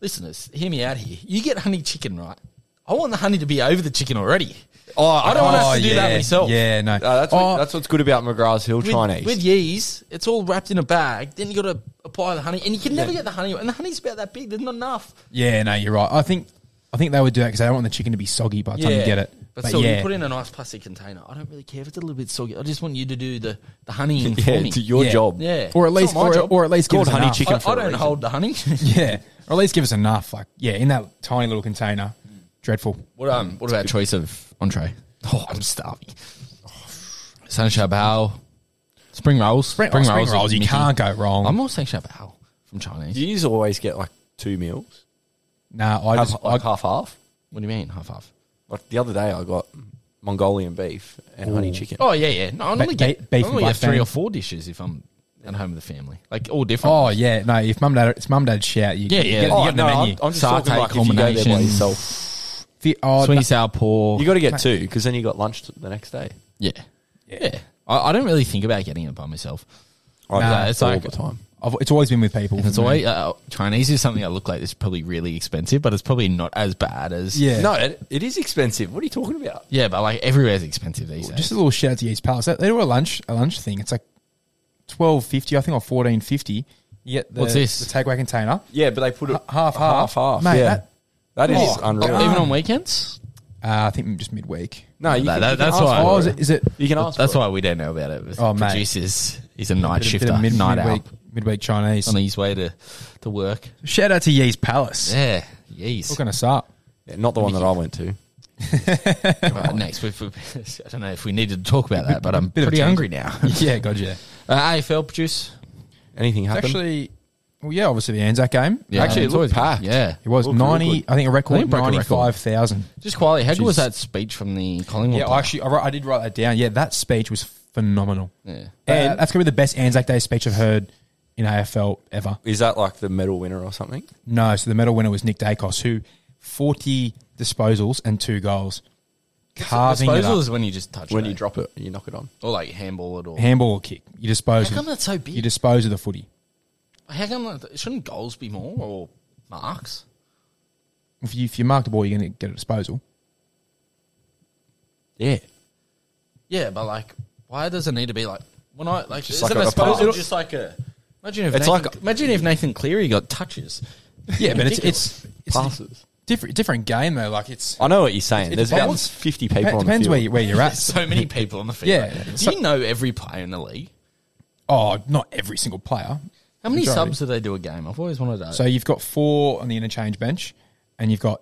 A: Listeners, hear me out here. You get honey chicken, right? I want the honey to be over the chicken already.
C: Oh, I
A: I don't want
D: Oh,
A: us to do that
D: yeah.
A: myself.
D: Yeah, no.
C: Uh, that's,
D: Oh,
C: what, that's what's good about McGrath's Hill
A: With,
C: Chinese.
A: with yeast, it's all wrapped in a bag. Then you got to apply the honey, and you can never get the honey. And the honey's about that big. There's not enough.
D: yeah, no, you're right. I think I think they would do that because they don't want the chicken to be soggy by the time you get it.
A: But, still,
D: yeah,
A: you put it in a nice plastic container. I don't really care if it's a little bit soggy. I just want you to do the the honeying
C: [laughs] [laughs] yeah,
A: for me.
C: it's your
D: Yeah.
C: job.
A: yeah,
D: or at
A: It's
D: least
A: not my
D: or,
A: job.
D: or at least give
C: Called
D: us
C: honey
D: enough.
C: chicken.
A: I,
C: for
A: I
C: a
A: don't
C: reason.
A: hold the honey. [laughs]
D: [laughs] Yeah, or at least give us enough. Like yeah, in that tiny little container. Dreadful.
A: What um what about choice of entree? Oh, I'm starving. San Shabao. Spring rolls.
D: Spring, oh, spring rolls, you can't go wrong.
A: I'm more San Shabao from Chinese.
C: Do you always get like two meals?
D: nah, I
C: Half,
D: just I,
C: like half half?
A: What do you mean? Half half.
C: Like the other day I got Mongolian beef and honey chicken.
A: Oh yeah, yeah. No, I normally
D: ba-
A: get,
D: beef
A: I normally
D: and
A: get three
D: black
A: or four dishes if I'm at home with the family. Like all different.
D: Oh yeah, no. If mum dad, it's mum dad shout. You,
A: Yeah,
D: you
A: yeah.
D: Get, you
A: Oh,
D: get the
C: no, I'm,
D: menu.
C: I'm just
A: Satay
C: talking like if you go there by
A: combination.
C: yourself.
D: Fi- oh,
A: Swingy
D: no,
A: sour pork.
C: You got to get two because then you got lunch t- the next day.
A: yeah. Yeah. I, I don't really think about getting it by myself.
C: I do
D: Nah,
C: that
A: it's
C: all
A: like-
C: the time.
D: I've, it's always been with people.
A: It's always uh, Chinese is something I look like. It's probably really expensive, but it's probably not as bad as
D: yeah.
C: No,
D: No,
C: it, it is expensive. What are you talking about?
A: Yeah, but like everywhere's expensive these days.
D: just a little shout out to East Palace. They, they do a lunch a lunch thing. It's like twelve fifty, I think, or fourteen fifty. You get the,
A: What's this?
D: The takeaway container.
C: Yeah, but they put it
D: half, half.
C: half, half.
D: Mate,
C: yeah,
D: that-
C: that is
D: Oh,
C: unreal.
D: God.
A: Even on weekends.
D: Uh, I think just midweek.
C: no, you
A: That- that-
C: can, you can
A: that's
C: ask
A: why-
C: for
D: Oh,
A: Oh,
D: is
C: it.
D: it? Is it
C: You can ask.
A: That's
C: for it.
A: why we don't know about it.
D: Oh,
A: Oh,
D: mate.
A: Producers, he's a night
D: bit of-
A: shifter,
D: bit of mid-
A: night
D: midweek,
A: out
D: midweek Chinese.
A: on his way to, to work.
D: Shout out to Yeast Palace.
A: Yeah, yes.
D: Looking us up.
C: Yeah, not the one that I went to.
A: Right, next, we've, we've- [laughs] I don't know if we needed to talk about that, but I'm
D: bit of
A: pretty
D: change.
A: hungry now.
D: [laughs] yeah, gotcha.
A: Uh, AFL produce.
C: Anything happened?
D: Actually, well, yeah, obviously the Anzac game.
A: Yeah,
C: Actually, it
A: it's always-
C: looked packed.
A: Yeah,
D: It was
C: Looked real
D: 90,
C: good.
D: I think a
A: I
D: record,
A: think it broke a record.
D: 95,000.
A: just quietly. How good was
D: Jeez.
A: that speech from the Collingwood?
D: Yeah, I
A: player?
D: actually, I, wrote, I did write that down. Yeah, that speech was phenomenal.
A: Yeah. uh,
D: And that's going to be the best Anzac Day speech I've heard in AFL ever.
C: is that like the medal winner or something?
D: No, so the medal winner was Nick Dacos, who 40 disposals and two goals. Carving it
A: disposal
D: up.
A: is when you just touch
C: When
A: it,
C: you
A: eh?
C: drop it, you knock it on.
A: or like handball it or.
D: Handball or kick. You dispose,
A: How come
D: of,
A: that's so big?
D: you dispose of the footy.
A: How come like, shouldn't goals be more or marks?
D: If you, if you mark the ball, you're going to get
A: [laughs]
D: a disposal.
C: Yeah,
A: Yeah, but like, why does it need to be like when I like? Just
C: like
A: isn't
C: a-
A: like
C: a pass.
A: disposal just like a? Imagine if
C: It's
A: Nathan,
C: like a-
A: imagine if Nathan Cleary got touches.
D: Yeah, but it's,
A: Ridiculous.
D: it's, it's a
C: passes.
D: different, different game, though. Like, it's.
C: I know what you're saying.
D: It
C: There's about
D: depends.
C: fifty people.
D: Depends
C: on the
D: where,
C: field.
D: you, where you're
A: [laughs]
D: at.
A: So many people on the field.
D: Yeah.
A: Do
D: So-
A: you know every player in the league?
D: Oh, not every single player.
A: How many
D: Majority.
A: subs do they do a game? I've always wanted to.
D: So you've got four on the interchange bench, and you've got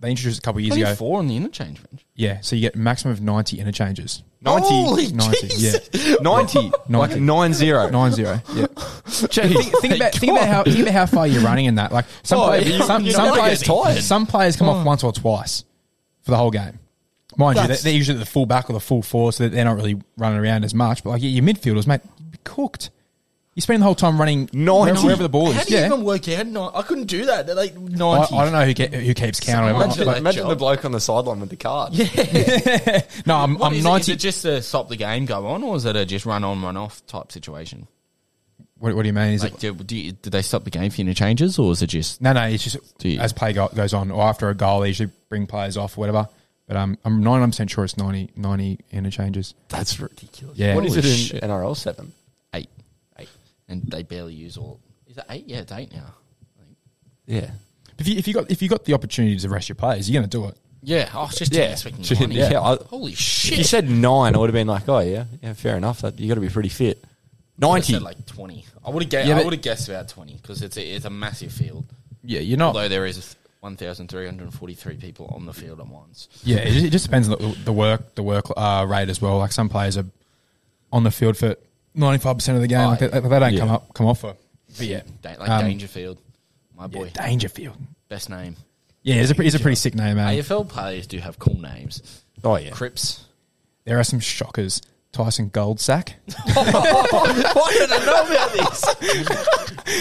D: they introduced a couple of years
A: Only
D: ago.
A: four on the interchange bench.
D: Yeah, so you get a maximum of ninety interchanges.
A: [laughs]
C: 90,
A: Holy
D: 90,
A: Jesus.
D: yeah,
C: [laughs] 90, like
D: 90.
C: nine zero.
D: nine zero.
A: [laughs]
D: Yeah.
C: Jeez.
D: Think about think about how think about how far you're running in that. Like some
C: Oh,
D: players,
C: you-
D: some,
C: you
D: some
C: gotta
D: players,
C: get tired.
D: some players
A: Hmm.
D: come off once or twice for the whole game. Mind you, they're,
C: That's-
D: they're usually the full back or the full four, so that they're not really running around as much. But like your your midfielders, mate, you'd be cooked. You spend the whole time running
C: 90.
D: wherever, wherever the ball is.
A: How do you
D: yeah.
A: even work out? No, I couldn't do that. They're like
D: I,
A: ninety.
D: I don't know who ke- who keeps count. or
A: Imagine
D: whatever, but-
A: that
C: Imagine
A: job.
C: the bloke on the sideline with the card.
D: No, I'm,
A: What
D: I'm
A: is it? Is
D: 90.
A: it just to stop the game go on, or is it a just run on, run off type situation?
D: What, what do you mean? Is
A: Like,
D: it?
A: do, do you, did they stop the game for interchanges, or is it just
D: No, no. It's just
A: Do you-
D: as play go, goes on, or after a goal, they usually bring players off, whatever. But um, I'm 99 percent sure it's 90, 90 interchanges.
C: That's ridiculous.
D: Yeah.
C: What is
A: Holy
C: it in
A: shit.
C: NRL seven?
A: eight?
C: Eight.
A: And they barely use all. Is it eight? Yeah, it's eight now.
C: Yeah.
D: If you if you got if you got the opportunity to rest your players, you're going to do it.
A: Yeah, I was just
C: Yeah.
A: [laughs] expecting
C: Shit,
A: nine.
C: yeah, I-
A: Holy
C: If
A: shit!
C: you said nine, I would have been like, oh yeah, yeah, fair enough. That you got to be pretty fit.
A: I
C: Ninety.
A: said like twenty. I would have guessed.
D: Yeah,
A: I
D: but-
A: would have guessed about twenty because it's a, it's a massive field.
D: Yeah, you're not.
A: Although there is one thousand three hundred forty three people on the field at once.
D: Yeah, it, it just depends on the, the work the work uh, rate as well. Like some players are on the field for 95 percent of the game.
A: Oh,
D: Like, they, they don't come
C: Yeah.
D: up come off for. But yeah,
A: Da- like
D: Um,
A: Dangerfield, my boy,
D: Dangerfield.
A: best name.
D: Yeah, it's a, pre- it's a pretty sick name, man.
A: AFL players do have cool names.
C: Oh yeah.
A: Crips.
D: There are some shockers. Tyson Goldsack.
A: [laughs] Why did [laughs] I know about this?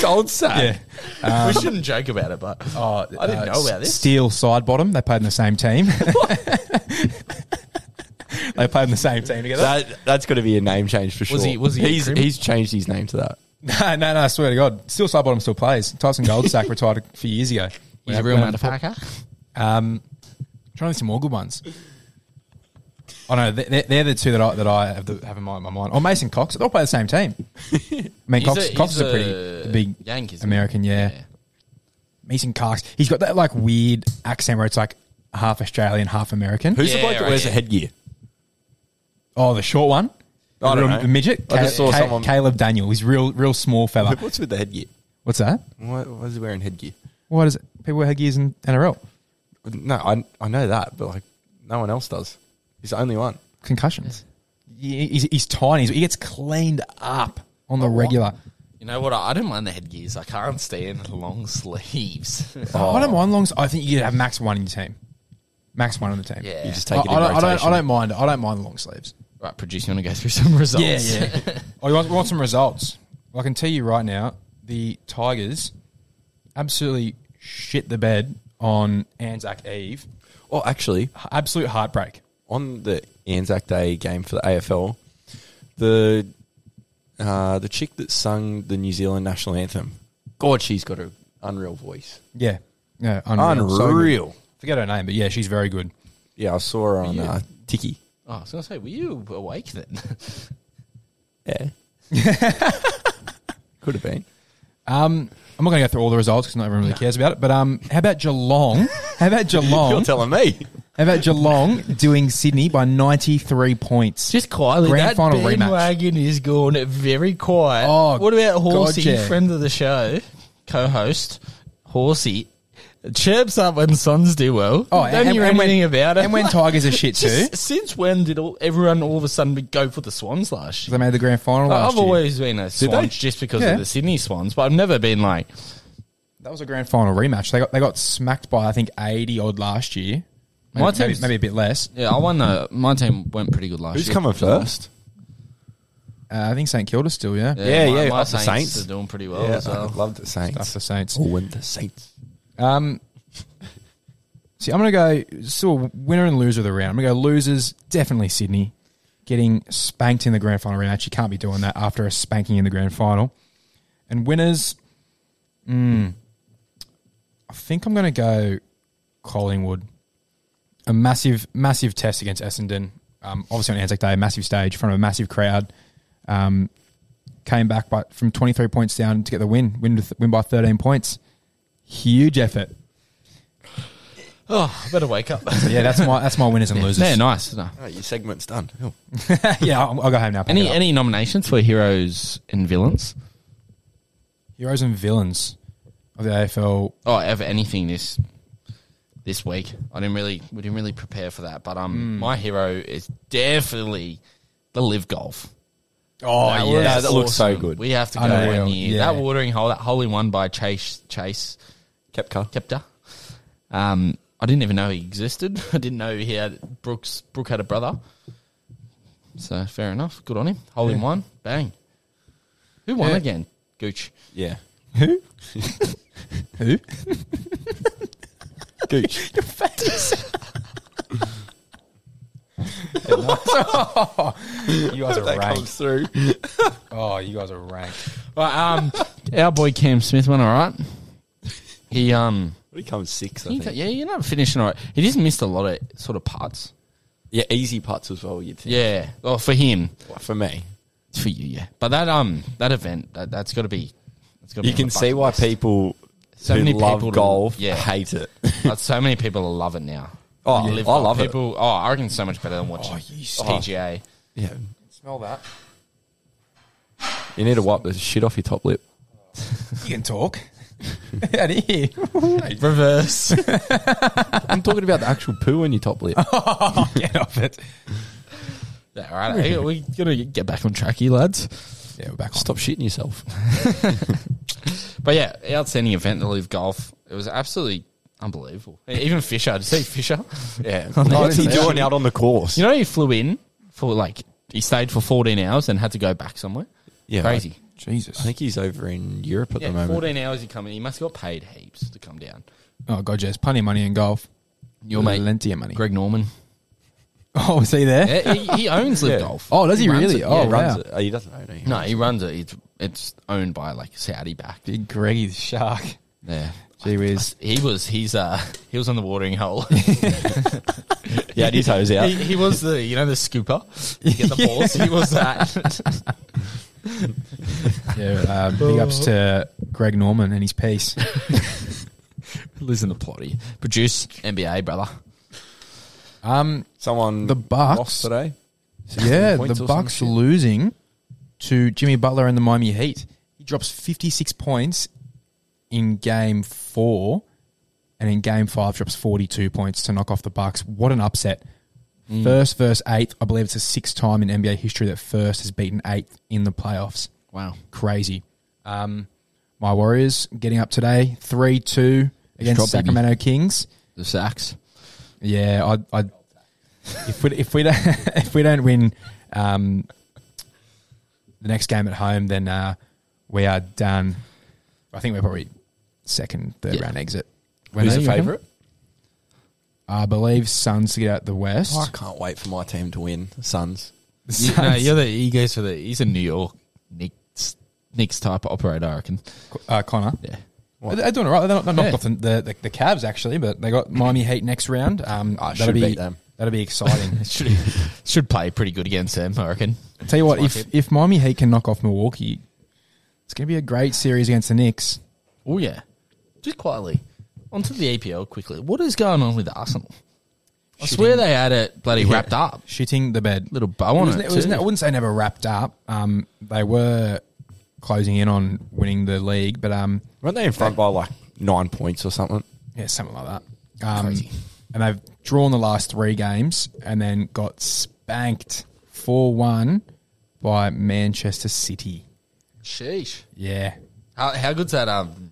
C: Gold sack.
A: [laughs] we shouldn't joke about it, but I didn't know about this.
D: Oh, uh, Steel side bottom. They played in the same team. [laughs] they played in the same team together.
C: That that's got to be a name change for sure.
A: Was he- was he a
C: He's
A: crim?
C: he's changed his name to that.
D: No, no, no. I swear to God, Steel side bottom still plays.
A: [laughs]
D: Tyson Goldsack retired a few years ago.
A: He's a real
D: Um,
A: motherfucker.
D: Um, trying to think some more good ones. I know they're, they're the two that I that I have, the, have in my, my mind. Or Mason Cox, they'll play the same team. I mean,
A: He's
D: Cox,
A: a-
D: Cox
A: he's
D: is a
A: a
D: pretty big
A: Yank, isn't he?
D: American, yeah. Mason Cox, he's got that like weird accent where it's like half Australian, half American.
C: Who's
A: Yeah,
C: the bloke that
A: right,
C: wears
A: yeah.
C: the headgear?
D: Oh, the short one,
C: I
D: The
C: don't
D: real
C: know.
D: midget.
C: I
D: Ca-
C: just saw
D: Ca-
C: someone-
D: Caleb Daniel, he's real, real small fella.
C: What's with the headgear?
D: What's that?
C: Why, why is he wearing headgear?
D: Why does it, people wear headgears in NRL?
C: No, I I know that, but like no one else does. He's the only one.
D: Concussions. He- He's, he's tiny. He gets cleaned up on the regular.
A: You know what? I I don't mind the headgears. I can't stand the long
D: [laughs]
A: sleeves.
D: I don't mind longs. I think you have max one in your team. Max one on the team.
A: yeah.
C: You just
D: I,
C: take it in
D: I don't, I, don't,
C: rotation.
D: I don't mind. I don't mind long sleeves.
A: right, producer, you want to go through some results?
D: [laughs] oh, you want, want some results? Well, I can tell you right now, the Tigers absolutely shit the bed on Anzac Eve.
C: Oh, actually,
D: Absolute heartbreak.
C: on the Anzac Day game for the AFL, the uh, the chick that sung the New Zealand national anthem, God, she's got an unreal voice.
D: Yeah. Yeah. Unreal.
C: Unreal.
D: So good. Forget her name, but yeah, she's very good.
C: yeah, I saw her on
A: Yeah.
C: uh, Tiki.
A: [laughs] Oh, I was going to say, were you awake then? [laughs]
D: [laughs]
C: Yeah. Could have been.
D: Um, I'm not going to go through all the results because not everyone really cares about it. But um, how about
A: [laughs]
D: Geelong? How about
C: You're
D: Geelong?
C: telling me.
D: How about Geelong doing Sydney by 93 points?
A: Just quietly,
D: Grand
A: that
D: final rematch.
A: bandwagon is gone very quiet.
D: Oh,
A: what about Horsey,
D: God, yeah.
A: friend of the show, co-host, Horsey, chirps up when Suns do well.
D: Oh,
A: don't hear anything about it.
D: And when
A: [laughs]
D: Tigers are shit too.
A: Just- since when did all, everyone all of a sudden go for the Swans last year?
D: They made the grand final
A: Like,
D: last
A: I've
D: year.
A: always been a
C: they?
A: Swans just because
D: Yeah.
A: of the Sydney Swans, but I've never been like,
D: That was a grand final rematch. They got they got smacked by I think eighty odd last year. Maybe,
A: My
D: maybe,
A: team's-
D: maybe a bit less.
A: yeah, I won the, my team went pretty good last
C: Who's
A: year.
C: coming first?
D: Uh, I think St Kilda still, yeah.
C: Yeah,
A: my,
C: yeah,
A: my
C: up the
A: Saints,
C: Saints.
A: are doing pretty well as well.
C: [laughs] I love the
D: Stuff
C: Saints.
D: the Saints.
C: Oh, and the Saints.
D: Um, see, I'm gonna go. So winner and loser of the round. I'm gonna go losers. Definitely Sydney getting spanked in the grand final rematch. You can't be doing that after a spanking in the grand final. And winners. Mm, I think I'm gonna go Collingwood. A massive, massive test against Essendon. Um, obviously on Anzac Day, a massive stage in front of a massive crowd. Um, came back, but from 23 points down to get the win, win with, win by 13 points. Huge effort.
A: Oh, I better wake
C: [laughs]
A: up.
D: Yeah, that's my that's my winners and losers.
A: yeah, nice. No.
C: Oh, your segment's done. Oh.
D: [laughs] yeah, I'll, I'll go home now. pack
A: Any
D: it up.
A: any nominations for heroes and villains?
D: heroes and villains of the AFL?
A: Oh, ever anything this this week? I didn't really we didn't really prepare for that, but um, my hero is definitely the live golf.
D: Oh
A: was
C: yeah. that looks so good.
A: We have to go
D: Unreal,
A: one year.
D: yeah.
A: That watering hole, that hole in one by Chase Chase
C: Kepka.
A: Kepter. Um, I didn't even know he existed. [laughs] I didn't know he had Brooks. Brooke had a brother. So fair enough. Good on him. Hole in one. Bang. Who won
D: Yeah.
A: again? Gooch.
C: Yeah.
D: who?
A: [laughs]
D: who?
C: [laughs] [laughs] Gooch.
D: you guys are
C: that comes
D: ranked.
C: through. [laughs]
D: Oh, you guys are ranked.
A: But um, [laughs] our boy Cam Smith went all right. He um,
C: He comes six, I
A: he
C: think.
A: got- yeah, you're not finishing all right. He just missed a lot of sort of putts.
C: yeah, easy putts as well. You'd think.
A: Yeah, well for him,
C: Well, for me,
A: it's for you, yeah. But that um, that event that that's got to be. That's gotta
C: you
A: be on
C: can
A: the
C: see
A: bucket
C: why
A: list.
C: people
A: So
C: who
A: many
C: love
A: people to-
C: golf
A: yeah.
C: hate [laughs] it.
A: But so many people love it now.
C: Oh,
A: Live
C: I
A: golf.
C: love it.
A: people, Oh, I reckon it's so much better than watching
C: Oh, you [laughs]
A: PGA.
C: Yeah,
D: Smell that.
C: you need to wipe the shit off your top lip.
D: You can talk. [laughs] Out of here. [laughs]
A: Reverse.
C: I'm talking about the actual poo on your top [laughs] lip.
D: Get off it.
A: [laughs] yeah, all right, hey, we gotta get back on track, here, lads.
D: Yeah, we're back on.
C: Stop shitting yourself. [laughs]
A: But yeah, outstanding event to live golf. It was absolutely unbelievable. Even Fisher, did you see
C: [laughs]
A: Fisher?
C: Yeah,
A: What's he doing
C: out on the course?
A: You know, he flew in for like he stayed for 14 hours and had to go back somewhere.
C: yeah,
A: Crazy.
C: I
D: Jesus.
C: think he's over in Europe at the
A: Yeah,
C: moment.
A: 14 hours he come in. He must have got paid heaps to come down.
D: Oh, God, yeah, there's plenty of money in golf.
A: Your mate
D: Plenty of money.
A: Greg Norman.
D: [laughs] Oh, is he there?
A: Yeah, he, he owns Live
C: Yeah.
A: Golf.
D: Oh, does he
A: runs
D: really?
A: it.
D: Oh,
A: Yeah,
D: right.
C: runs it. Oh, he doesn't own it.
A: No, he runs it. It's it's owned by like Saudi backed.
D: Big Greggy the shark.
A: Yeah.
D: Gee whiz.
A: He was he's uh he was on the watering [laughs] hole.
C: Yeah, his toes out. [laughs]
A: he, he was the you know the scooper. You get [laughs] the balls. He was [laughs] that.
D: Yeah, um, big ups to Greg Norman and
A: [laughs]
D: his piece.
A: Listen to plotty. Produce NBA brother.
D: Um,
C: Someone
D: The Bucks.
C: lost today.
D: yeah,
C: points
D: the
C: or some
D: Bucks
C: shit.
D: losing to Jimmy Butler and the Miami Heat. He drops 56 points in game four, and in game five drops 42 points to knock off the Bucks. What an upset!
C: Mm.
D: First versus eighth. I believe it's the sixth time in NBA history that first has beaten eighth in the playoffs.
A: Wow.
D: crazy. Um, my Warriors getting up today, three two against
A: drop, baby.
D: Sacramento Kings.
A: The sacks.
D: Yeah, I, I if we if we don't [laughs] if we don't win um, the next game at home, then uh, we are done. I think we're probably second, third
A: Yeah.
D: round exit.
A: Who's the
D: you reckon?
A: favourite?
D: I believe Suns to get out the West.
C: Oh, I
D: [laughs]
C: can't wait for my team to win. The Suns.
D: The
A: You, no,
D: Suns-
A: you're the he goes for the he's a New York Knicks Knicks type of operator, I reckon.
D: uh, Connor.
A: Yeah.
C: What?
D: They're doing all right. They're not, they're knocked
A: Yeah.
D: off the, the, the, the Cavs, actually, but they got Miami Heat next round. Um,
C: I
D: that'll
C: should
D: be,
C: beat them.
A: [laughs]
D: That'll be exciting.
A: Should should play pretty good against them, I reckon.
D: Tell you what,
A: That's my
D: if, if Miami Heat can knock off Milwaukee, it's going to be a great series against the Knicks.
A: Oh yeah. Just quietly. Onto the APL quickly. What is going on with Arsenal? I
D: Shitting.
A: swear they had it bloody wrapped up.
D: Shitting the bed.
A: Little bow on
D: it was,
A: it.
D: it was
A: too.
D: ne- I wouldn't say never wrapped up. Um, they were closing in on winning the league, but um,
C: Weren't they in front by like nine points or something?
D: yeah, something like that. Um, And they've drawn the last three games and then got spanked 4 1 by Manchester City.
A: Sheesh.
D: Yeah.
A: How, how good's that? Um,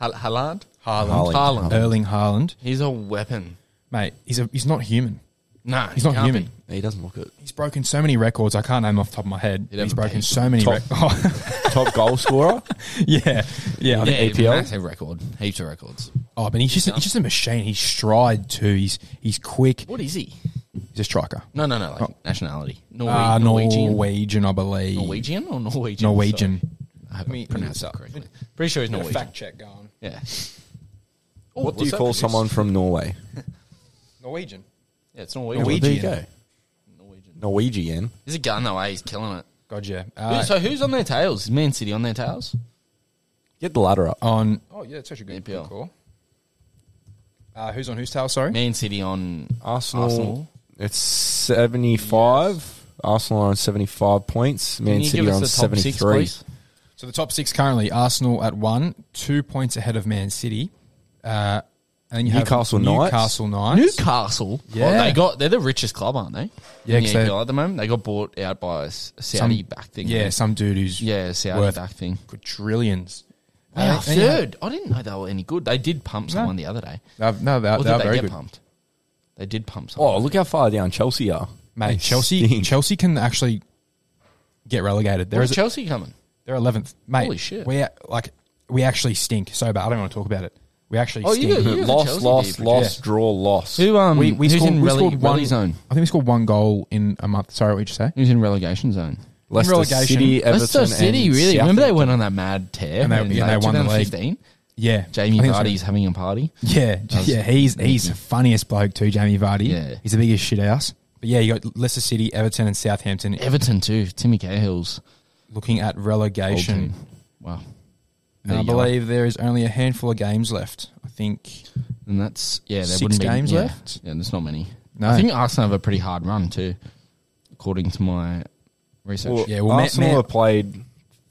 A: Hal- Haaland.
C: Haaland.
A: Haaland. Uh,
D: Erling Haaland.
A: He's a weapon.
D: Mate, he's, a, he's not human.
A: No,
D: He's not human.
C: He doesn't look it.
D: He's broken so many records. I can't name off the top of my head.
A: You'd have
D: He's
A: a
D: broken
A: page.
D: so many
C: Top-
A: [laughs]
D: records. [laughs]
C: Top goal scorer.
D: yeah. Yeah.
A: Yeah,
D: I
A: APL.
D: think-
C: APL?
A: Massive record. Heaps of records.
D: Oh, but he's just, he's just a machine. He's stride too. He's he's quick.
A: What is he?
D: He's a striker.
A: No, no, no. Like nationality. Norwe-
D: Uh, Norwegian.
A: Oh. Norwegian.
D: I believe.
A: Norwegian or Norwegian?
D: Norwegian.
A: Sorry. I hope
D: mean,
A: I pronounced that correctly. Pretty sure he's Norwegian.
D: check going.
A: Yeah. Oh,
C: What do
A: what's
C: you
A: that
C: call
A: produce?
C: someone from Norway?
D: Norwegian.
A: Yeah, it's Norwegian.
D: Norwegian.
C: There you go.
A: Norwegian.
C: Norwegian.
A: He's a gun though, eh? He's killing it.
D: God, yeah.
A: Who-
D: Uh,
A: so who's on their tails? Is Man City on their tails?
C: Get the ladder up.
D: on. Oh, yeah, that's actually
A: good- good NPL.
D: call. Uh, who's on whose tail? Sorry.
A: Man City on
C: Arsenal.
A: Arsenal.
C: It's seventy-five. Arsenal are on seventy-five points. Man
A: Can you
C: City
A: give
C: are
A: us
C: on
A: the top six,
C: seventy-three.
A: please?
D: So the top six currently: Arsenal at one, two points ahead of Man City. Uh, and you have
C: Newcastle Knights.
D: Newcastle Knights.
A: Newcastle.
D: Yeah.
A: Oh, they got they're the richest club, aren't they?
D: Yeah,
A: In the
D: 'cause they-
A: APL at the moment. They got bought out by a Saudi back thing. eh?
D: Yeah, some dude who's
A: Yeah, Saudi
D: worth
A: back thing.
D: quadrillions.
A: Wow,
D: And they- and you have-
A: third. I didn't know they were any good. They did pump someone the other day.
D: They've- no, they,
A: Or
D: are- they
A: did
D: are
A: Uh, they
D: very
A: get
D: good,
A: pumped? They did pump someone.
C: Oh, look how far down Chelsea are,
D: mate.
C: They
D: Chelsea,
C: stink.
D: Chelsea can actually get relegated. There
A: Where's
D: is, a,
A: Chelsea coming?
D: they're eleventh, mate.
A: Holy shit.
D: We are- like we actually stink so bad. I don't want to talk about it. We actually
A: Oh,
D: stink.
A: You have the
C: lost,
A: Chelsea
C: lost,
A: dude.
C: lost, draw, lost.
A: Who um?
D: We, we
A: who's
D: scored,
A: in
D: we
A: rele-
D: scored one
A: rele zone?
D: I think we scored one goal in a month. Sorry, what did you say?
A: Who's in relegation zone?
C: Leicester
D: relegation.
C: City, Everton,
A: Leicester City,
C: and
A: really. Remember they
C: Southampton.
A: went on that mad tear
D: And they-
A: in
D: yeah, they
A: like
D: won the league.
A: 2015?
D: Yeah,
A: Jamie
D: I think so.
A: Vardy's having a party.
D: Yeah,
A: was-
D: yeah, he's he's the funniest bloke too, Jamie Vardy.
A: Yeah.
D: he's the biggest shit house. But yeah, you got Leicester City, Everton, and Southampton
A: Everton too. Timmy Cahill's
D: looking at
A: old
D: relegation.
A: team. Wow.
D: And I
A: Oh, There you go.
D: believe there is only a handful of games left. I think
A: And that's yeah, there
D: Six
A: wouldn't
D: games
A: be, yeah.
D: left?
A: Yeah, there's not many.
D: No.
A: I think Arsenal have a pretty hard run too, according to my research.
C: Well,
D: Yeah, well, Ma-
C: Arsenal
D: Ma-
C: have played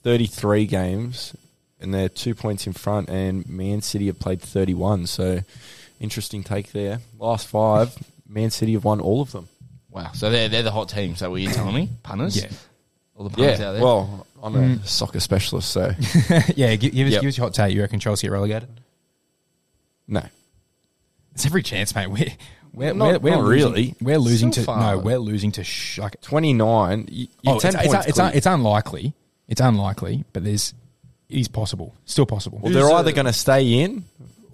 C: 33 games and they're two points in front, and Man City have played 31. So, interesting take there. Last five, Man City have won all of them.
A: wow. So they're they're the hot team. So were you telling
D: [laughs]
A: me punters?
D: Yeah. Mm.
A: All the punters
C: Yeah,
A: out there.
C: well, I'm a soccer specialist, so [laughs]
D: [laughs] yeah, give, give, us,
A: Yep.
D: give us your hot take. You reckon Chelsea get relegated?
C: no.
D: It's every chance, mate. We're we're,
C: Not-
D: we're, we're
C: not
D: losing,
C: really.
D: We're losing
A: Still
D: to
A: far.
D: no. We're losing to sh- like
C: 29. You,
D: oh,
C: you're
D: it's,
C: 10
D: it's,
C: points
D: it's, it's,
C: clear.
D: it's unlikely. It's unlikely, but there's it is possible. Still possible.
C: well, they're
A: Who's,
C: either
A: uh,
C: going to stay in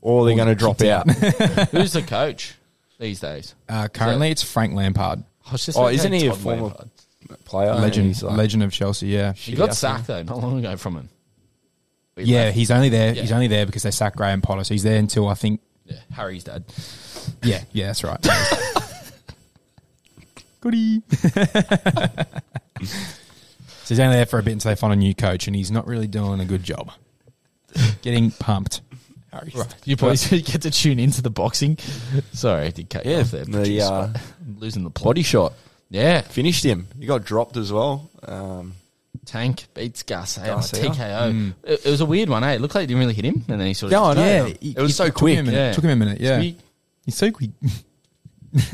C: or they're going to drop
D: [laughs]
C: out.
A: [laughs] Who's the coach these days?
D: Uh, currently, it's Frank Lampard,
A: I was just
C: oh,
A: about to
C: isn't
A: say
C: he a
A: Todd
C: former
A: Lampard.
C: player? and
D: legend,
C: Oh, he's like-
D: legend of Chelsea. Yeah,
A: He got
C: Yeah.
A: sacked though not long ago from him. We
D: yeah.
A: left-
D: He's only there. He's
A: Yeah.
D: only there because they sacked Graham Potter. So he's there until I think.
A: yeah, Harry's dad.
D: Yeah, yeah, that's right. [laughs] Goody. so he's only there for a bit until they find a new coach, and he's not really doing a good job. Getting pumped.
C: Harry's-
A: You boys [laughs] get to tune into the boxing. Sorry, I did cut you
C: Yeah,
A: off there.
C: the,
A: producer,
C: uh,
A: but I'm losing the plot.
C: Body shot.
A: Yeah,
C: Finished him. He got dropped as well. Um,
A: Tank beats Garcia,
C: Garcia. Hmm.
A: TKO. It, it was a weird one, eh? It looked like it didn't really hit him, and then he sort of.
C: Yeah, I know.
D: Yeah,
C: it,
D: he-
C: was
D: he
C: so
D: eh? took him a
C: quick.
D: minute.
A: Yeah.
D: Took him a minute. Yeah,
A: We-
D: he's so quick.
C: He's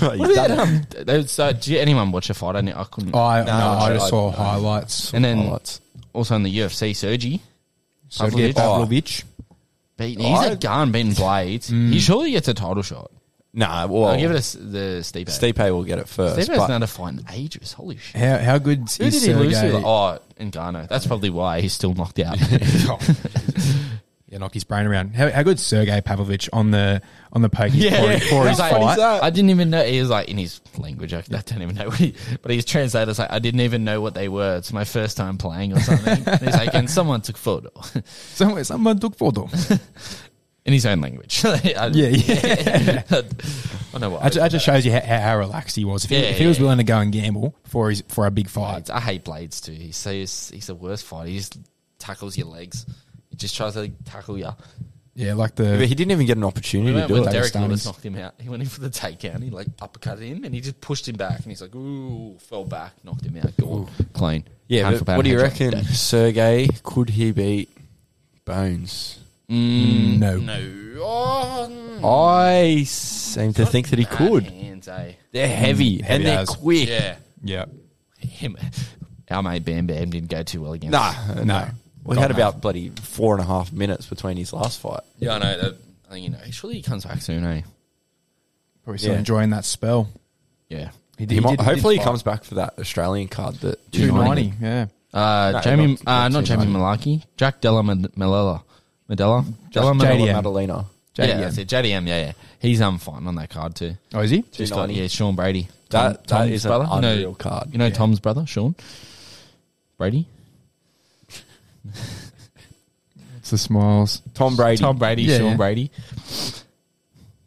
A: What
C: done
A: about,
C: it.
A: um, they, so, did you, anyone watch a fight? I, didn't- I couldn't.
D: I no,
C: No,
D: I
C: I-
D: just
C: I-
D: saw highlights.
A: and then
C: Highlights.
A: also in the UFC, Sergi
D: So yeah,
C: Oh.
A: Pavlovich.
D: Pavlovich.
A: beat. He's a
C: I- Hmm.
A: gun beating blades. He surely gets a title shot.
C: Nah, well,
A: I'll give it a, s- the Stipe.
C: Stipe will get it first.
A: Stipe's
C: but
A: not a fight in ages. Holy shit.
D: How how good
A: Who
D: is
A: did he lose to?
D: Sergey?
A: Oh, Ngannou. That's probably why he's still knocked out. [laughs]
D: yeah, knock his brain around. How, how good Sergey Pavlovich on the on the pokey
A: Yeah, [laughs]
D: for,
A: yeah.
D: for his
A: He's like,
D: fight?
C: that?
A: I didn't even know. He was like in his language. I, I don't even know what he. But his translator's like, I didn't even know what they were. It's my first time playing or something. and he's like, and someone took photo [laughs]
D: Someone, someone took photo.
A: in his own language. [laughs] I,
D: [laughs] Yeah, yeah.
A: I don't know why.
D: that, ju- that just shows you how, how, how relaxed he was. If, he,
A: Yeah,
D: if he was
A: yeah.
D: willing to go and gamble for his for a big fight,
A: Blades. I hate Blades too. He's so he's, he's the worst fighter. He just tackles your legs. He just tries to tackle you.
D: yeah, like
C: [laughs] but
D: the
C: he didn't even get an opportunity
A: He
C: to
A: went
C: do
A: when
C: it.
A: Derek
D: Dagestanis.
A: Lewis knocked him out. He went in for the takedown. He like uppercut him and he just pushed him back. And he's like, ooh, fell back, knocked him out. Gone. Clean.
C: Yeah,
A: Pound
C: but
A: for pound,
C: what do you
A: headshot.
C: reckon,
A: Dead.
C: Sergey? Could he beat Bones?
A: Mm,
D: no.
A: No. Oh, mm.
C: I seem to
A: Got
C: think that he
A: bad
C: could.
A: Hands, eh?
C: They're heavy,
D: Mm, heavy
C: and they're
D: as.
C: quick.
A: Yeah.
D: yeah,
A: Him. Our mate Bam Bam didn't go too well against.
C: Nah,
D: No.
C: no.
D: God,
C: We had
D: no.
C: about bloody four and a half minutes between his last fight.
A: Yeah, I know. That, I think, you know, surely he comes back soon, eh?
D: probably still
C: Yeah.
D: enjoying that spell.
A: Yeah.
D: did-
C: He might,
D: did- did
C: hopefully, he
D: fight.
C: comes back for that Australian card that
D: 290. Yeah,
A: Uh,
C: No,
A: Jamie,
C: not-
A: uh,
C: not
A: not
C: too
A: Jamie Malaki, Jack Della Med- Medella, Medella, Della Medella.
D: JDM.
C: Madalena.
A: Yeah, that's it. JDM. Yeah, yeah. He's um fighting on that card too.
D: oh, is he?
A: Just got
C: 290.
A: yeah, Sean Brady.
C: That, that
A: Tom's
C: is
A: brother.
C: an
A: You know-
C: unreal card.
A: You know
D: Yeah.
A: Tom's brother, Sean Brady.
D: It's the smiles.
C: Tom Brady.
A: Tom Brady,
D: Yeah,
A: Sean
D: yeah.
A: Brady,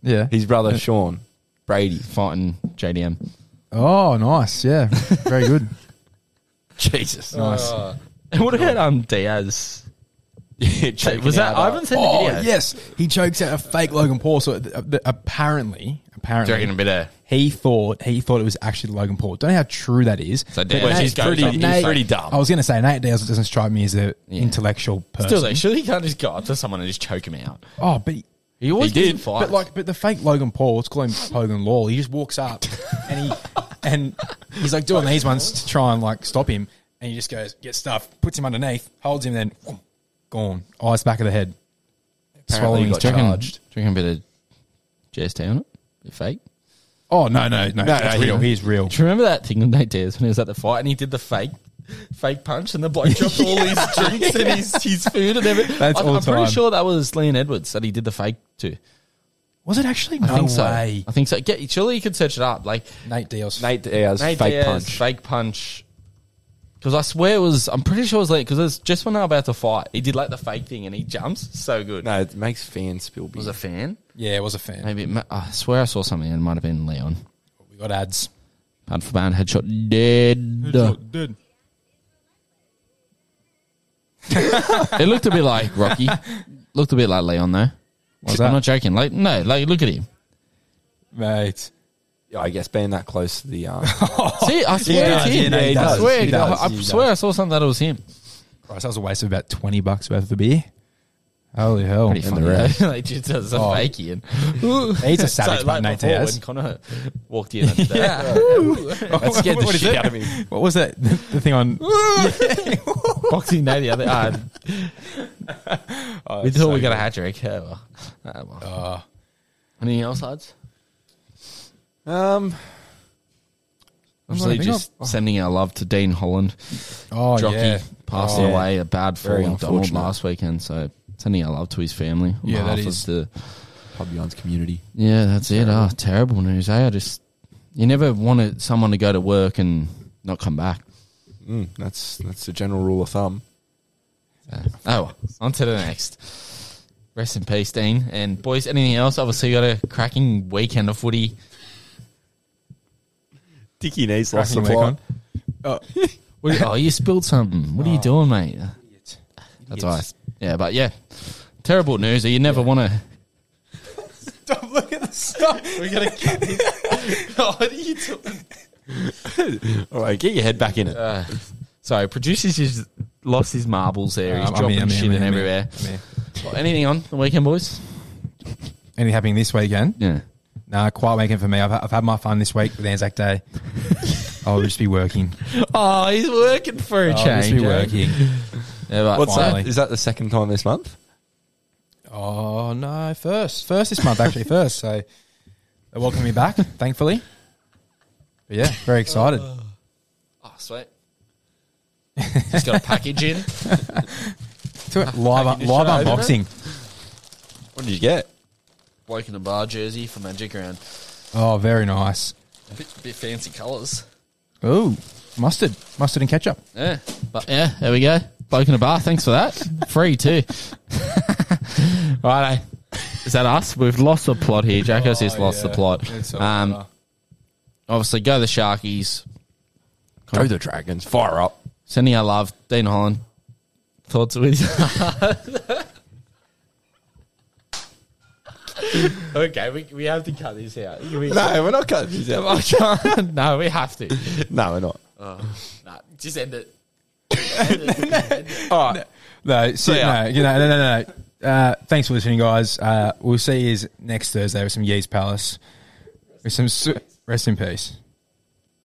D: Yeah.
A: [laughs]
C: His brother Sean Brady.
A: fighting JDM.
D: Oh, nice. Yeah, very good. Oh,
C: Jesus,
D: [laughs] Nice.
A: And [laughs] what about um
C: [laughs]
A: Diaz? Was that? I haven't seen
D: Oh
A: the video.
D: yes, he chokes out a fake Logan Paul. So uh, th- apparently,
A: Do you reckon a
D: apparently,
A: bit of?
D: he thought he thought it was actually Logan Paul. Don't know how true that is.
A: So
D: but
A: Diaz
D: Nate-
A: just goes
D: but
A: up and
D: Nate-
A: he's pretty
C: dumb.
D: I was going to say Nate Diaz doesn't strike me as an
A: Yeah.
D: intellectual person.
A: Still, though, surely you can't just go up to someone and just choke him out.
D: oh, but he,
A: He always
C: He did,
A: gets in
D: but
A: fights.
D: like, but the fake Logan Paul. Let's call him Logan Law. He just walks up
A: [laughs]
D: and he and he's like doing these ones to try and like stop him, and he just goes get stuffed, puts him underneath, holds him, then whoom, gone, eyes back of the head, swallowing
C: he
D: his
C: got
D: chicken.
C: charged.
A: Do you reckon a bit of jest down it? Bit fake.
D: Oh no, no, no, that's
C: no, he-
D: real. He's real.
A: Do you remember that thing with Nate Diaz when he was at the fight and he did the fake fake punch and the bloke dropped [laughs] all his drinks and his, his food and everything?
D: That's
A: I'm,
D: all
A: I'm pretty
D: time.
A: sure that was Leon Edwards that he did the fake to.
D: Was it actually?
A: I
D: No
A: think so.
D: way.
A: I think so. Get, surely you could search it up. Like
D: Nate Diaz.
C: Nate Diaz
A: Nate
C: fake
A: Diaz,
C: punch.
A: fake punch Because I swear it was, I'm pretty sure it was late because it's just when they were about to fight. He did like the fake thing and he jumps so good.
C: No, it makes fans spill beer.
A: Was a fan?
D: Yeah, it was a fan.
A: Maybe it, ma- I swear I saw something. and It might have been Leon.
D: We got ads.
A: Bad for bad headshot dead.
D: Dude.
A: It looked a bit like Rocky. Looked a bit like Leon though.
D: Was
A: I'm
D: that?
A: not joking. Like no, like look at him. [laughs]
D: Mate.
C: Yeah, I guess being that close to
D: [laughs]
C: the um,
A: See, I swear it's him.
D: does, yeah, Oh, he
A: I
D: does,
A: swear,
D: he does,
A: I, I
D: he
A: swear I saw something that it was him.
D: Christ, that was a waste of about 20 bucks worth of beer. Holy hell.
A: Pretty funny. eh? though. [laughs] like just does a
D: Oh.
A: fakey and
D: He's [laughs] a savage,
A: like
D: mate, Nate
A: before
D: Diaz.
A: when Connor walked in. uh, Under
D: [laughs] Yeah.
A: [laughs] that scared the
D: What is
A: shit
D: it?
A: out of me.
D: What was that? [laughs] The, the thing on.
A: Boxing Day the other. ah,
D: Oh,
A: we thought we got a hat trick. Yeah, well. [laughs] Ah, well. Anything else, lads?
C: um
A: Obviously,
D: even
A: just sending our love to Dean Holland.
D: Oh,
A: Jockey
D: yeah.
A: passed
D: Oh.
A: away a bad fall
C: Very
A: in Donald
C: unfortunate.
A: last weekend. So sending our love to his family. on
D: Yeah, that
A: behalf of
D: is-
A: the-
C: Pub Yarns community.
A: yeah, that's it. Oh, terrible news. Eh? I just you never wanted someone to go to work and not come back.
C: Mm, that's that's the general rule of thumb.
A: So, oh, well. on to the next. Rest in peace, Dean. And boys, anything else? Obviously, you got a cracking weekend of footy.
C: Dicky needs
D: lost the plot.
A: What do you- oh, you spilled something. What are Oh. you doing, mate? That's all right. Yeah, but yeah, terrible news. You never want to.
D: Stop, look at the stop.
A: We're gonna. [laughs] Oh, what are you doing? [laughs]
C: All right, get your head back in it.
A: Uh, sorry, producers just lost his marbles there. He's
D: Um, I'm
A: dropping
D: here, I'm here,
A: shit
D: I'm
A: Uh, in
D: here, I'm here.
A: everywhere.
D: I'm here.
A: Well, anything on the weekend, boys?
D: Anything happening this weekend?
A: Yeah.
D: Nah, quiet weekend for me. I've, I've had my fun this week with Anzac [laughs] Day. I'll just be working.
A: Oh, he's working for a
D: I'll just
A: change. eh?
D: be working.
A: Yeah, but
C: What's
D: Finally.
C: that? Is that the second time this month?
D: Oh no! First, first this month actually. First, so they welcomed me back, thankfully. But yeah, very excited.
A: Oh, sweet. He's got a package [laughs] in.
D: To it. Live,
A: Taking the
D: live
A: show, isn't
D: unboxing.
C: What did you get?
A: Bloke in a bar jersey for Magic Round.
D: Oh, very nice.
A: Bit, bit fancy colours.
D: Ooh, mustard, mustard and ketchup.
A: Yeah. But yeah, there we go. Bloke in a bar. Thanks for that. Free too. [laughs] Righto. Is that us? We've lost the plot here. Jacko's
D: Oh,
A: just lost the plot. Um, obviously, go the Sharkies.
C: Go the Dragons. Fire up.
A: Sending our love, Dean Holland. Thoughts with [laughs] okay, we, we have to cut this [laughs] out. We-
C: No, we're not cutting these out.
A: I can't. No, we have to.
C: [laughs] No, we're not.
A: Nah, just end it.
D: All right. No, so,
C: ya.
D: no, you know, no, no, no, no. Uh, thanks for listening, guys. Uh, we'll see you next Thursday with some Yeez Palace. With some su- rest in peace.